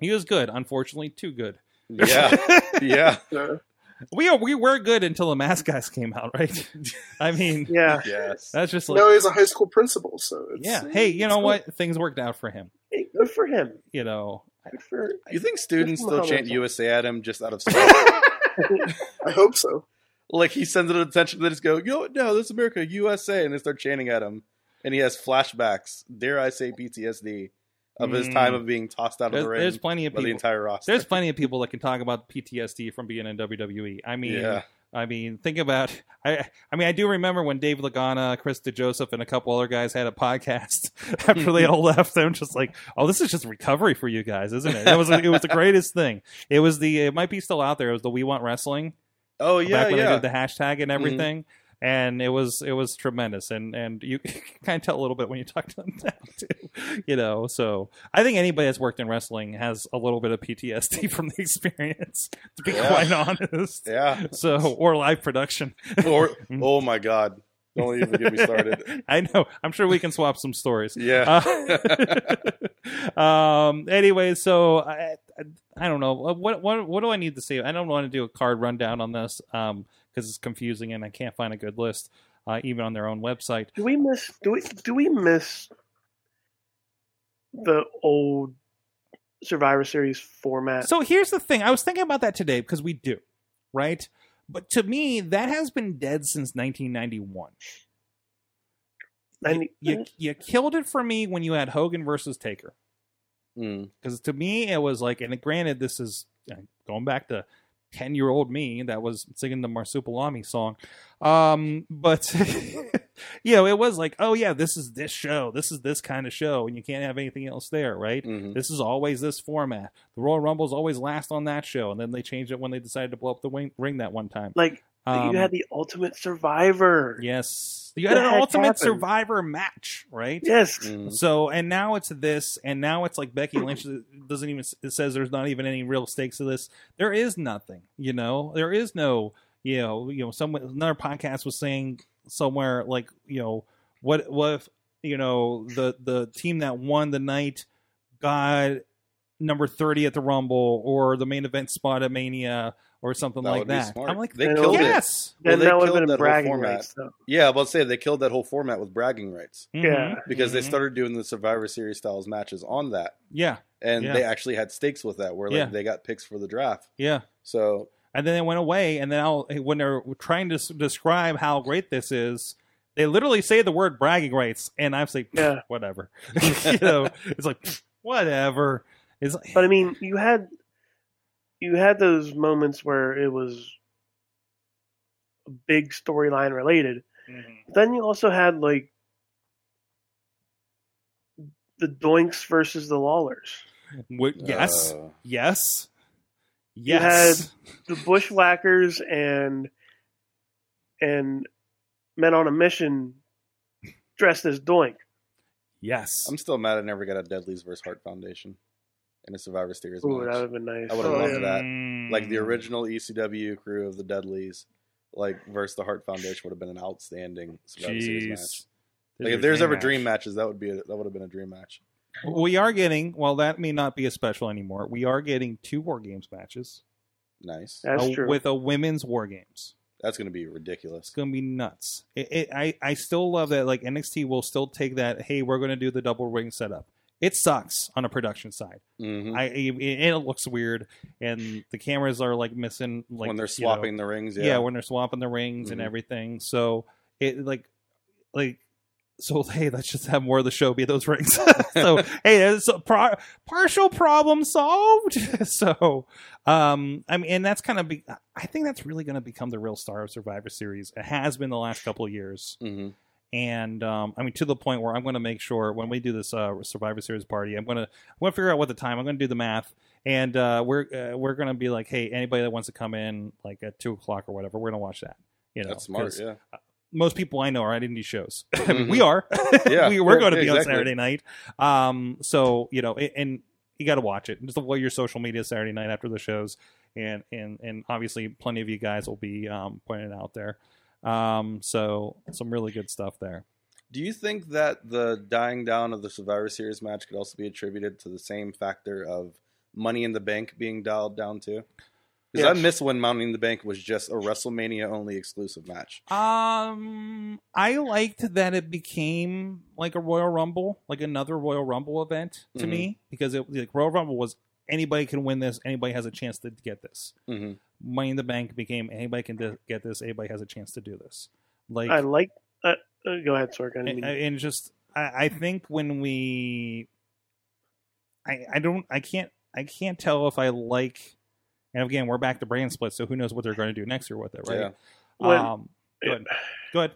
he was good, unfortunately, too good. Yeah, yeah, Yeah. we are, we were good until the mask guys came out, right? I mean, Yeah. yes. that's just like Now he's a high school principal, so it's, yeah. Hey, you know cool. what? Things worked out for him. Hey, good for him. You know, Good for. You think students still Muhammad chant Hassan. USA at him just out of spite? I hope so. like he sends it to attention. They just go, "Yo, no, this is America, USA," and they start chanting at him. And he has flashbacks. Dare I say PTSD of his Mm. time of being tossed out of there's, the ring there's plenty of by the people. entire roster. There's plenty of people that can talk about PTSD from being in WWE. I mean, yeah, I mean, think about I I mean, I do remember when Dave Lagana, Chris DeJoseph, and a couple other guys had a podcast after they all left. I'm just like, oh, this is just recovery for you guys, isn't it? It was it was the greatest thing. It was the it might be still out there. It was the We Want Wrestling oh yeah, back when they yeah. Mm-hmm. did the hashtag and everything. And it was it was tremendous, and and you kind of tell a little bit when you talk to them now, too, you know. So I think anybody that's worked in wrestling has a little bit of PTSD from the experience, to be Yeah. quite honest. Yeah. So or live production, Or oh my god. Don't even get me started. I know. I'm sure we can swap some stories. Yeah. Uh, um. Anyway, so I, I, I don't know Uh, what what what do I need to say. I don't want to do a card rundown on this um because it's confusing and I can't find a good list uh, even on their own website. Do we miss? Do we? Do we miss the old Survivor Series format? So here's the thing. I was thinking about that today because we do, right? But to me, that has been dead since 1991. Ninety- You you, you killed it for me when you had Hogan versus Taker. Mm. because to me it was like and granted this is uh, going back to 10 year old me that was singing the marsupilami song um but you know it was like oh yeah this is this show this is this kind of show and you can't have anything else there Mm-hmm. right Mhm. this is always this format the royal rumble's always last on that show and then they changed it when they decided to blow up the wing- ring that one time like Um, you had the Ultimate Survivor. yes you had What an the heck ultimate happened? survivor match right Yes. Mm. so and now it's this, and now it's like Becky Lynch doesn't even it says there's not even any real stakes to this. There is nothing, you know. There is no, you know, you know. Some another podcast was saying somewhere like, you know, what what if you know the the team that won the night got number thirty at the Rumble or the main event spot at Mania or something That like would be that. smart. I'm like, They you know, killed it. yes, Well, Then they that would have killed been that a whole bragging format. rights. though. Yeah, I was about to say they killed that whole format with bragging rights Yeah. Mhm. because they Mhm. started doing the Survivor Series styles matches on that, yeah, and Yeah. they actually had stakes with that where like Yeah. they got picks for the draft. yeah. So and then they went away. And then I'll, when they're trying to s- describe how great this is, they literally say the word bragging rights, and I say, "Pfft, Yeah. whatever. you know, it's like "Pfft, whatever. It's like, But I mean, you had you had those moments where it was a big storyline related. "Mm, Then you also had like the Doinks versus the Lawlers, w- yes, uh, yes, you yes. the Bushwhackers, and and Men on a Mission dressed as Doink. Yes. I'm still mad I never got a Deadlies versus Hart Foundation in a Survivor Series Ooh, that match. would have been nice. I would Oh, have loved yeah. that. Mm. Like the original ECW crew of the Deadlies, like versus the Hart Foundation would have been an outstanding Survivor Series match. Jeez. Like if there's ever dream matches, that would be a, that would have been a dream match. we are getting. Well, that may not be a special anymore. We are getting two war games matches Nice. That's uh, true. with a women's war games. That's going to be It's ridiculous. gonna be nuts. It, it, I I still love that. Like NXT will still take that. Hey, we're gonna do the double ring setup. It sucks on a production side. Mhm. I it, and it looks weird, and the cameras are like missing. Like when they're you know, swapping the rings, yeah. yeah. when they're swapping the rings and Mhm. everything. So it like like so hey, let's just have more of the show be those rings. so hey, that's a pro- partial problem solved. so um I mean and that's kind of be- I think that's really going to become the real star of Survivor series. It has been the last couple of years. hmm And um I mean to the point where I'm going to make sure when we do this uh Survivor series party, I'm going to I'm going to figure out what the time. I'm going to do the math and uh, we're uh, we're gonna be like, hey, anybody that wants to come in like at two o'clock or whatever, we're gonna watch that. You know, That's smart. 'cause Yeah. Most people I know are at indie shows. I mean, Mhm. we are. Yeah, we, we're yeah, going to be on exactly. Saturday night. Um, so you know, a- and you got to watch it. Just avoid your social media Saturday night after the shows. and and and obviously plenty of you guys will be um, pointed out there. Um, so some really good stuff there. Do you think that the dying down of the Survivor Series match could also be attributed to the same factor of Money in the Bank being dialed down too? Because I Yes. miss when Money in the Bank was just a WrestleMania only exclusive match. Um, I liked that it became like a Royal Rumble, like another Royal Rumble event to Mm-hmm. Mhm. me, because it like Royal Rumble was anybody can win this, anybody has a chance to get this. hmm Money in the Bank became anybody can di- get this, anybody has a chance to do this. Like I like. Uh, uh, go ahead, Sork. I didn't and, mean- and just I, I think when we I I don't I can't I can't tell if I like and again we're back to brand split so who knows what they're going to do next year with it right Yeah. When- um go ahead. go ahead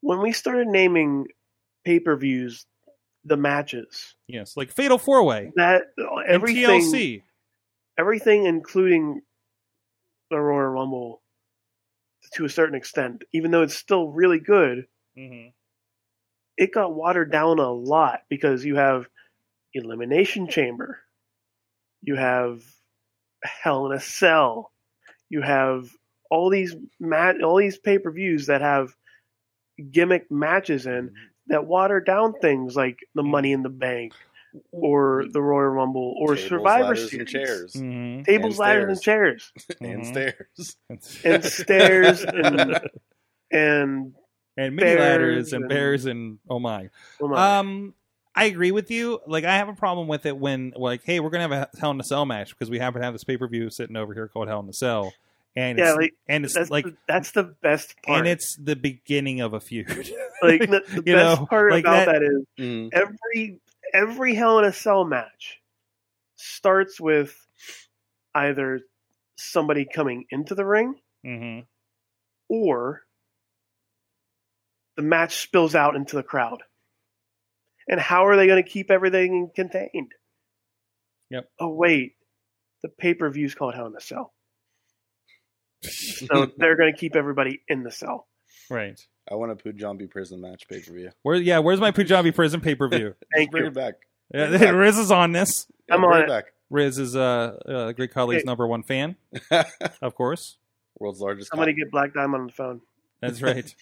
when we started naming pay per views, the matches yes like Fatal Four Way that uh, and everything, TLC everything, including the Royal Rumble, to a certain extent, even though it's still really good, mm-hmm. it got watered down a lot because you have Elimination Chamber, you have Hell in a Cell, you have all these mat, all these pay per views that have gimmick matches in that water down things like the Money in the Bank or the Royal Rumble or Tables, Survivor ladders, and Series. chairs Mm-hmm. Tables, And ladders, and chairs, and stairs. and stairs, and and and mini bears ladders and and- bears and oh my oh my. Um, I agree with you. Like, I have a problem with it when, like, hey, we're gonna have a Hell in a Cell match because we happen to have this pay per view sitting over here called Hell in a Cell, and yeah, it's, like and it's that's like the, that's the best part. and it's the beginning of a feud. like the, the you best know, part like about that- that is Mm. every every Hell in a Cell match starts with either somebody coming into the ring mm-hmm. or the match spills out into the crowd. And how are they going to keep everything contained? Yep. Oh wait, the pay per view's called Hell in a Cell, so they're going to keep everybody in the cell. Right. I want a Pujambi prison match pay per view. Where? Yeah. Where's my Punjabi prison pay per view? Thank Bring you. it back. yeah, Riz is on this. Yeah, I'm bring on it it. back. Riz is uh, uh Great Khali's Hey. number one fan, of course. World's largest. Somebody cock. get Black Diamond on the phone. That's right.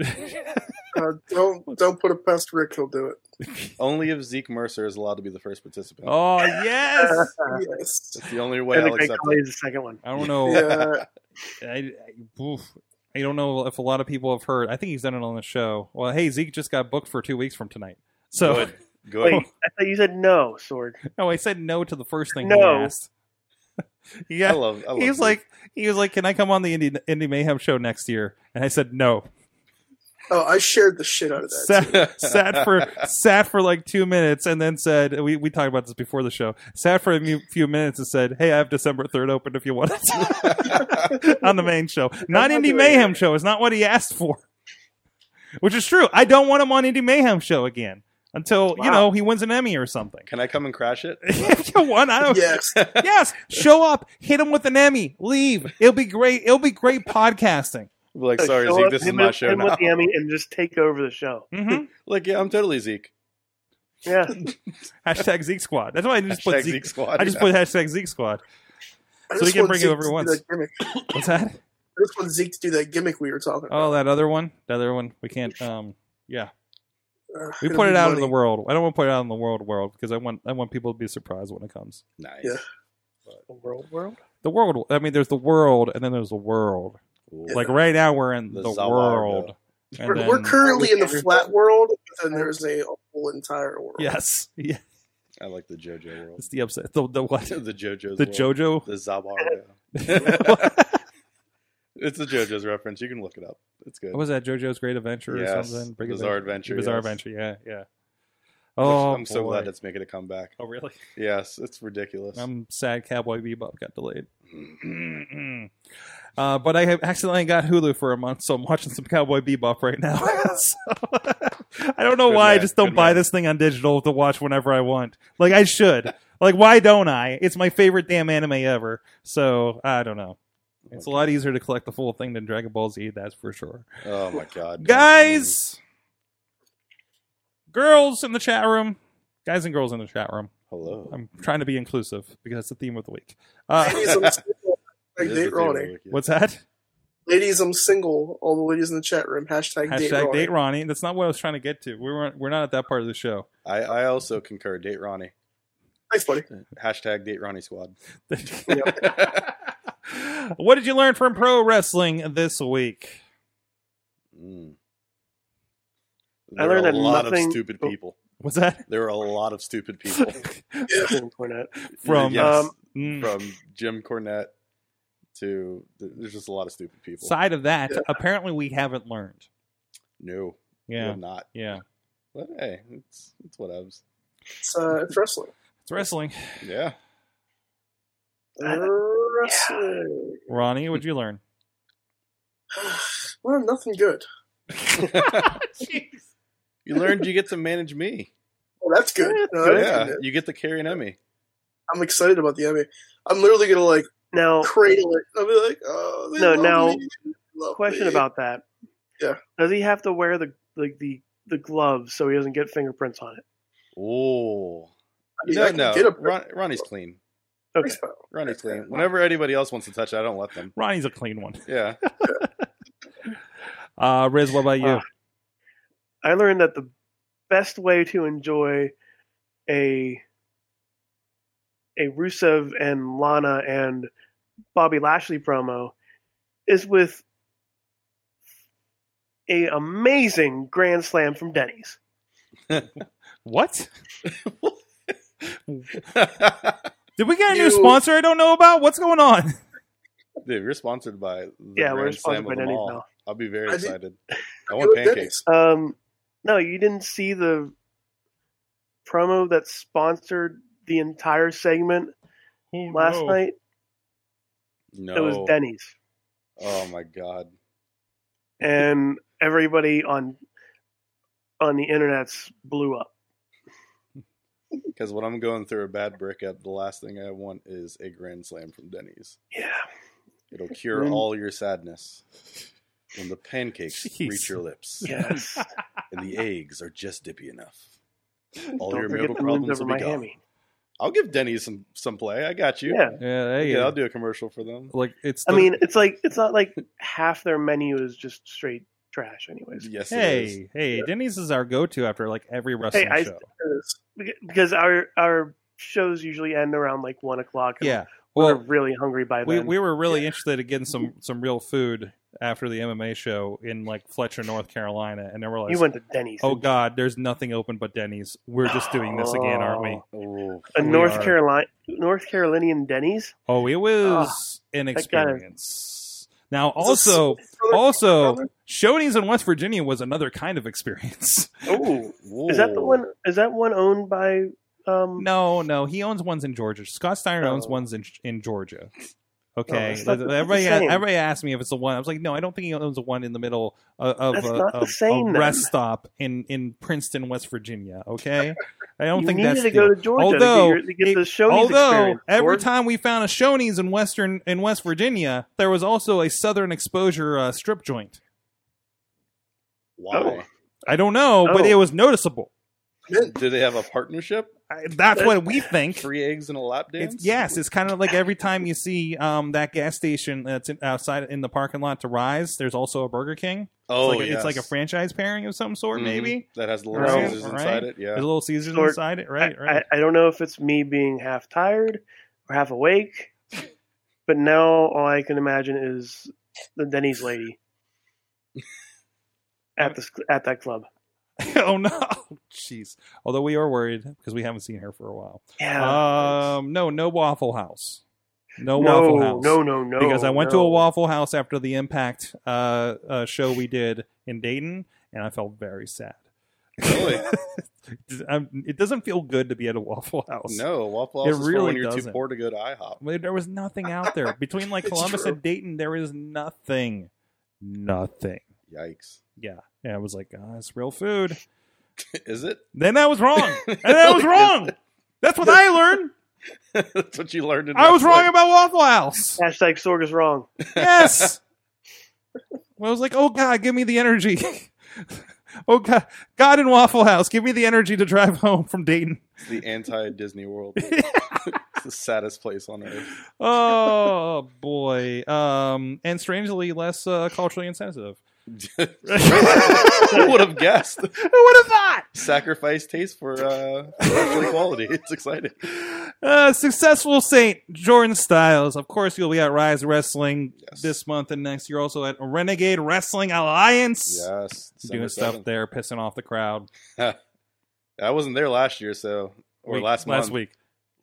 Uh, don't don't put it past Rick. He'll do it. Only if Zeke Mercer is allowed to be the first participant. oh yes. Uh, Yes. It's the only way and the I'll Great accept Khali is the second one. I don't know. Yeah. I, I, oof. I don't know if a lot of people have heard. I think he's done it on the show. Well, hey, Zeke just got booked for two weeks from tonight. So, Good. Good. Wait, I thought you said no, Sword. no, I said no to the first thing he No. asked. I yeah, love. I love he was Zeke. like, he was like, can I come on the Indie, Indie Mayhem show next year? And I said no. Oh, I shared the shit out of that. Sat, sat for sat for like two minutes, and then said, we we talked about this before the show. Sat for a mu- few minutes and said, hey, I have December third open if you want it on the main show, not not Indie doing Mayhem show. It's not what he asked for, which is true. I don't want him on Indie Mayhem show again until you Wow. know he wins an Emmy or something. Can I come and crash it? if you want, I don't. Yes. Yes, show up, hit him with an Emmy, leave. It'll be great. It'll be great podcasting. Be like, So sorry, show Zeke, up, this is him my with- show him now. with the Emmy and just take over the show. hmm Like, yeah, I'm totally Zeke. Yeah, Hashtag Zeke Squad. That's why I just Hashtag put Zeke, Zeke. Squad. I just put hashtag Zeke Squad. I So he just can want bring it Zeke over to do once. that gimmick. I What's that? just want Zeke to do that gimmick we were talking about. Oh, that other one. The other one. We can't. Um. Yeah, Uh, we it'll put be it out in money. the world. I don't want to put it out in the world world because I want I want people to be surprised when it comes. nice. Yeah. world, world. The world. I mean, there's the world, and then there's the world. Cool. Like right now, we're in the, The Zawa world. And We're, then- we're currently in the flat world, but then there's a whole entire world. yes, yeah. I like the JoJo world. It's the upset. The, the what? the JoJo's. The world. JoJo. The Zawario. it's a JoJo's reference. You can look it up. It's good. What was that? JoJo's Great Adventure or Yes. something? Bizarre Adventure, Bizarre yes. Adventure. Yeah, yeah. Which Oh, I'm so boy. glad it's making a comeback. Oh, really? Yes, it's ridiculous. I'm sad. Cowboy Bebop got delayed. uh, but I have accidentally got Hulu for a month, so I'm watching some Cowboy Bebop right now. So, I don't know Good why I man, just don't good buy man. this thing on digital to watch whenever I want. Like I should. like why don't I? It's my favorite damn anime ever. So I don't know. It's a lot easier to collect the full thing than Dragon Ball Z. That's for sure. oh my god, Guys, girls in the chat room, guys and girls in the chat room. Hello. I'm trying to be inclusive because that's the theme of the week. Uh, Ladies, I'm single. It Hashtag is date the theme of the Ronnie. week, yeah. what's that? Ladies, I'm single. All the ladies in the chat room. Hashtag, date Hashtag Ronnie. date Ronnie. That's not what I was trying to get to. We weren't. We're not at that part of the show. I, I also concur. Date Ronnie. Thanks, buddy. Uh, Hashtag date Ronnie squad. what did you learn from pro wrestling this week? Mm. I There were learned a that lot nothing- of stupid oh. people. What's that There were a lot of stupid people Cornette. from? Yes. Um, Mm. from Jim Cornette to there's just a lot of stupid people. Side of that, Yeah. apparently we haven't learned. no, Yeah, I'm not. yeah. But hey, it's it's whatevs. It's, uh, it's wrestling. It's wrestling. Yeah. I- Wrestling. Ronnie, what'd you learn? Well, nothing good. you learned you get to manage me. Well, that's good. No, that's yeah, good. you get to carry an Emmy. I'm excited about the Emmy. I'm literally gonna like Now, cradle it. I'll be like, oh, they No, love now, me. They love question me. about that. Yeah. Does he have to wear the like the the gloves so he doesn't get fingerprints on it? Oh, I mean, I no, can no. get a- Ron, Ronnie's clean. Okay. Ronnie's clean. Whenever anybody else wants to touch it, I don't let them. Ronnie's a clean one. Yeah. Uh, Riz, what about you? Uh, I learned that the best way to enjoy a a Rusev and Lana and Bobby Lashley promo is with a amazing grand slam from Denny's. what? Did we get a new sponsor I don't know about? What's going on? Dude, you're sponsored by the yeah, Grand we're Slam of sponsored by them Denny's all. now. I'll be very I did- excited. I I want pancakes. Um, no, you didn't see the promo that sponsored the entire segment last night. No. It was Denny's, Oh my god. and everybody on on the internet's blew up. Because when I'm going through a bad breakup, the last thing I want is a grand slam from Denny's. Yeah, It'll cure When- all your sadness. When the pancakes Jeez. reach your lips yes. and the eggs are just dippy enough, all Don't your forget marital the wins problems over will be gone. Miami. I'll give Denny's some some play. I got you. Yeah, Yeah, there you yeah, go. I'll do a commercial for them. Like it's. I the- mean, it's like it's not like half their menu is just straight trash, anyways. Yes, it is. hey, hey, Denny's is our go-to after like every wrestling I- show. Yes. Beca- Because our our shows usually end around like one o'clock. and yeah. we're Well, really hungry by we then. we were really interested in getting some some real food after the MMA show in like Fletcher, North Carolina, and then we're like, you went to Denny's. "Oh God, there's nothing open but Denny's. We're just doing this again, aren't we?" Oh, a We North are- Carolina North Carolinian Denny's. Oh, it was an Ah, that guy- experience. Now, It's a also, brother- also, brother. Shoney's in West Virginia was another kind of experience. Oh, is that the one? Is that one owned by? Um, No, no, he owns ones in Georgia. Scott Steiner owns Oh. ones in in Georgia. Okay, it's not- it's not the everybody, same. everybody asked me if it's the one. I was like, no, I don't think he owns the one in the middle of, of, That's a, not the of same, a then. rest stop in in Princeton, West Virginia. Okay, I don't you think needed that's to the go to Georgia Although to get, your, to get it- the Shoney's Although experience. every George. time we found a Shoney's in Western in West Virginia, there was also a Southern Exposure uh, strip joint. Why? Oh. I don't know, but Oh. it was noticeable. Do they have a partnership? I- That's what we think. Three eggs and a lap dance? It's, yes, it's kind of like every time you see um, that gas station that's in, outside in the parking lot to Rise. There's also a Burger King. Oh, it's like, a- yes. it's like a franchise pairing of some sort, Mhm. maybe. that has the little Right, scissors right. inside it. Yeah. There's a little Caesars Mm-hmm. Sort- inside it, I, right? Right. I, I don't know if it's me being half tired or half awake, but now all I can imagine is the Denny's lady at the at that club. oh no, jeez. Although we are worried because we haven't seen her for a while. Yeah. Um, no, no Waffle House. No, Ah, no, Waffle House. no, no, no. because I went to no. a Waffle House after the Impact uh, uh, show we did in Dayton, and I felt very sad. Really? I'm- it doesn't feel good to be at a Waffle House. No, Waffle It House is for really when you're too doesn't. poor to go to IHOP. There there was nothing out there between like It's Columbus true. and Dayton. There is nothing, nothing. Yikes. Yeah, and I was like, oh, it's real food. Is it? Then I was wrong, and I was wrong. That's what I learned. That's what you learned in I was wrong wrestling. about Waffle House. Hashtag Sorg is wrong. Yes. well, I was like, oh God, give me the energy. oh God, God in Waffle House, give me the energy to drive home from Dayton. It's the anti Disney World. it's the saddest place on earth. oh boy. Um, and strangely less uh, culturally insensitive. Who would have guessed? Who would have thought? Sacrifice taste for uh, social equality. It's exciting. Uh, successful Saint Jordan Styles. Of course, you'll be at Rise Wrestling Yes. this month and next. You're also at Renegade Wrestling Alliance. Yes, Doing December stuff 7th. there, pissing off the crowd. I wasn't there last year, so or Week- last month. last week,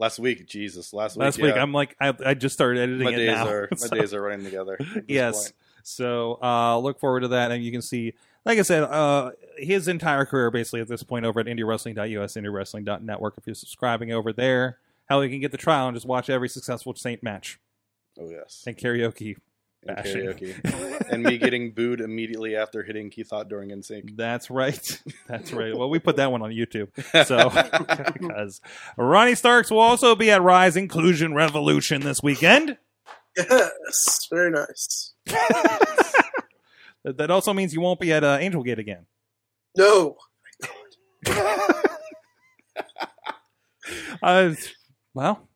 Last week, Jesus, last week. last week. yeah. I'm like, I, I just started editing my it days now. are my So- days are running together. at this yes. point. So uh, look forward to that, and you can see, like I said, uh, his entire career basically at this point over at IndieWrestling.us, IndieWrestling.network. If you're subscribing over there, how you can get the trial and just watch every successful Saint match Oh yes. and karaoke. And Bashing. karaoke. and me getting booed immediately after hitting Keith Hot during NSYNC. That's right. That's right. Well, we put that one on YouTube. So, because Ronnie Starks will also be at Rise Inclusion Revolution this weekend. Yes, very nice. That that also means you won't be at uh, Angel Gate again. No, Uh, well,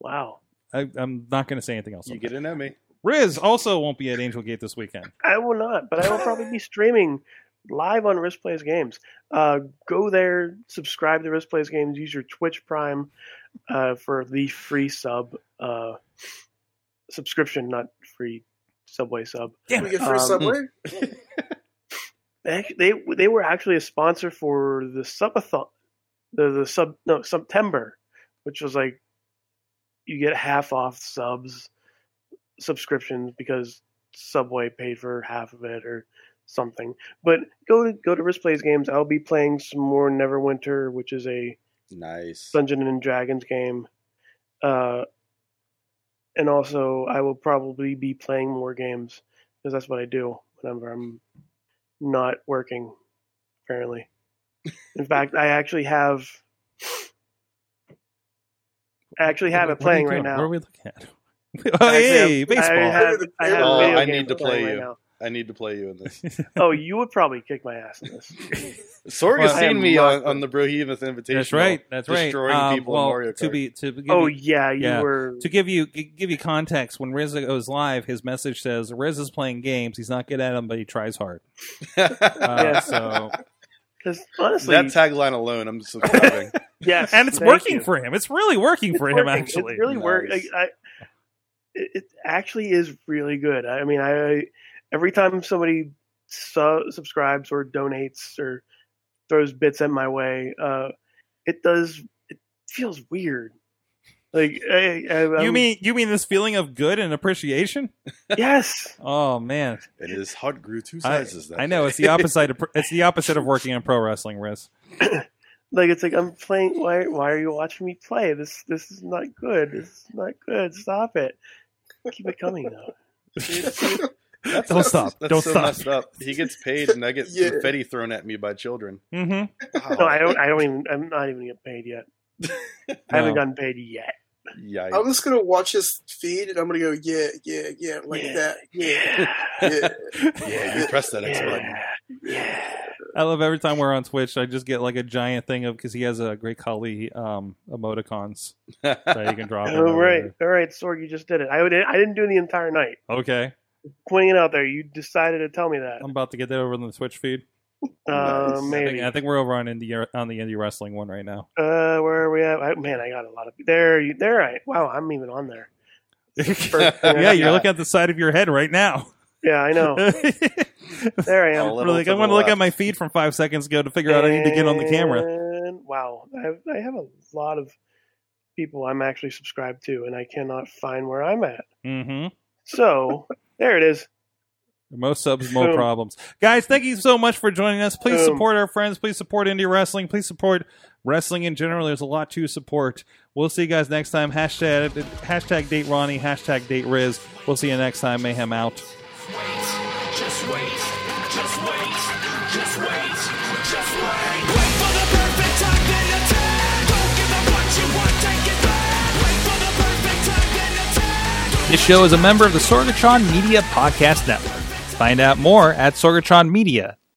Wow. I, I'm not going to say anything else. you get an Emmy. Riz also won't be at Angel Gate this weekend. I will not, but I will probably be streaming live on Risk Plays Games. Uh, go there, subscribe to Risk Plays Games, use your Twitch Prime uh, for the free sub uh, subscription, not free Subway sub. Damn we it. get free Um, subway. They act- they they were actually a sponsor for the subathon, the the sub no September, which was like you get half off subs subscriptions because Subway paid for half of it or something. But go to go to Risk Plays games. I'll be playing some more Neverwinter, which is a Nice. Dungeon and Dragons game, uh, and also I will probably be playing more games because that's what I do whenever I'm not working. Apparently, in fact, I actually have, I actually have it What are you playing doing? right What are now. we looking at? Oh, hey, I baseball. have, I have Oh, a video I game need to play playing right you. now. I need to play you in this. Oh, you would probably kick my ass in this. Sorg Well, has I seen am me not- on, on the Brohemoth Invitational. That's right. That's right. Destroying Um, people well, in Mario Kart. to be to give Oh you, yeah, you yeah. were. to give you g- give you context, when Riz goes live, his message says Riz is playing games. He's not good at them, but he tries hard. Uh, Yeah. So Because honestly, that tagline alone, I'm subscribing. yes, and it's thank working you. for him. It's really working for him. working. Actually, it really works. Nice. I, I, it it actually is really good. I mean, I every time somebody su- subscribes or donates or throws bits at my way, uh, it does. It feels weird. Like I, I, you I'm- mean you mean this feeling of good and appreciation? yes? Oh man, and his heart grew two I, sizes. that I know day. it's the opposite. Of, pr- it's the opposite of working on pro wrestling, Riz. Like it's like I'm playing. Why? Why are you watching me play? This this is not good. This is not good. Stop it. Keep it coming though. That's- Don't stop. That's Don't so stop. messed up. He gets paid, and I get Yeah. confetti thrown at me by children. Mm-hmm. No, I don't. I don't even. I'm not even getting paid yet. I haven't gotten paid yet. Yikes. I'm just gonna watch his feed and I'm gonna go yeah, yeah, yeah, like Yeah. that. Yeah. Yeah. yeah, you press that X button. yeah. yeah. I love every time we're on Twitch, I just get like a giant thing of because he has a great Kali um, emoticons that you can drop. in All over right, there. all right, Sorg, you just did it. I would, I didn't do the entire night. Okay, Pointing it out there, you decided to tell me that. I'm about to get that over on the Twitch feed. Uh, nice. Oh, I maybe. think, I think we're over on indie on the indie wrestling one right now. Uh, where are we at? I, man, I got a lot of there. You, there, I wow, I'm even on there. yeah, you're Yeah. looking at the side of your head right now. Yeah, I know. There I am. All We're Little like, to I the want to look at left. my feed from five seconds ago to figure out I need to get on the camera. And- wow, I have, I have a lot of people I'm actually subscribed to, and I cannot find where I'm at. Eh. Mm-hmm. So there it is. Most subs, more Boom. problems. Guys, thank you so much for joining us. Please Boom. support our friends. Please support indie wrestling. Please support wrestling in general. There's a lot to support. We'll see you guys next time. Hashtag hashtag date Ronnie. Hashtag date Riz. We'll see you next time. Mayhem out. wait, just wait, just wait, just wait, just wait. Wait for the perfect time, then attack. Don't give up what you want, take it back. Wait for the perfect time, then attack. This show is a member of the Sorgatron Media Podcast Network. Find out more at sorgatronmedia.us.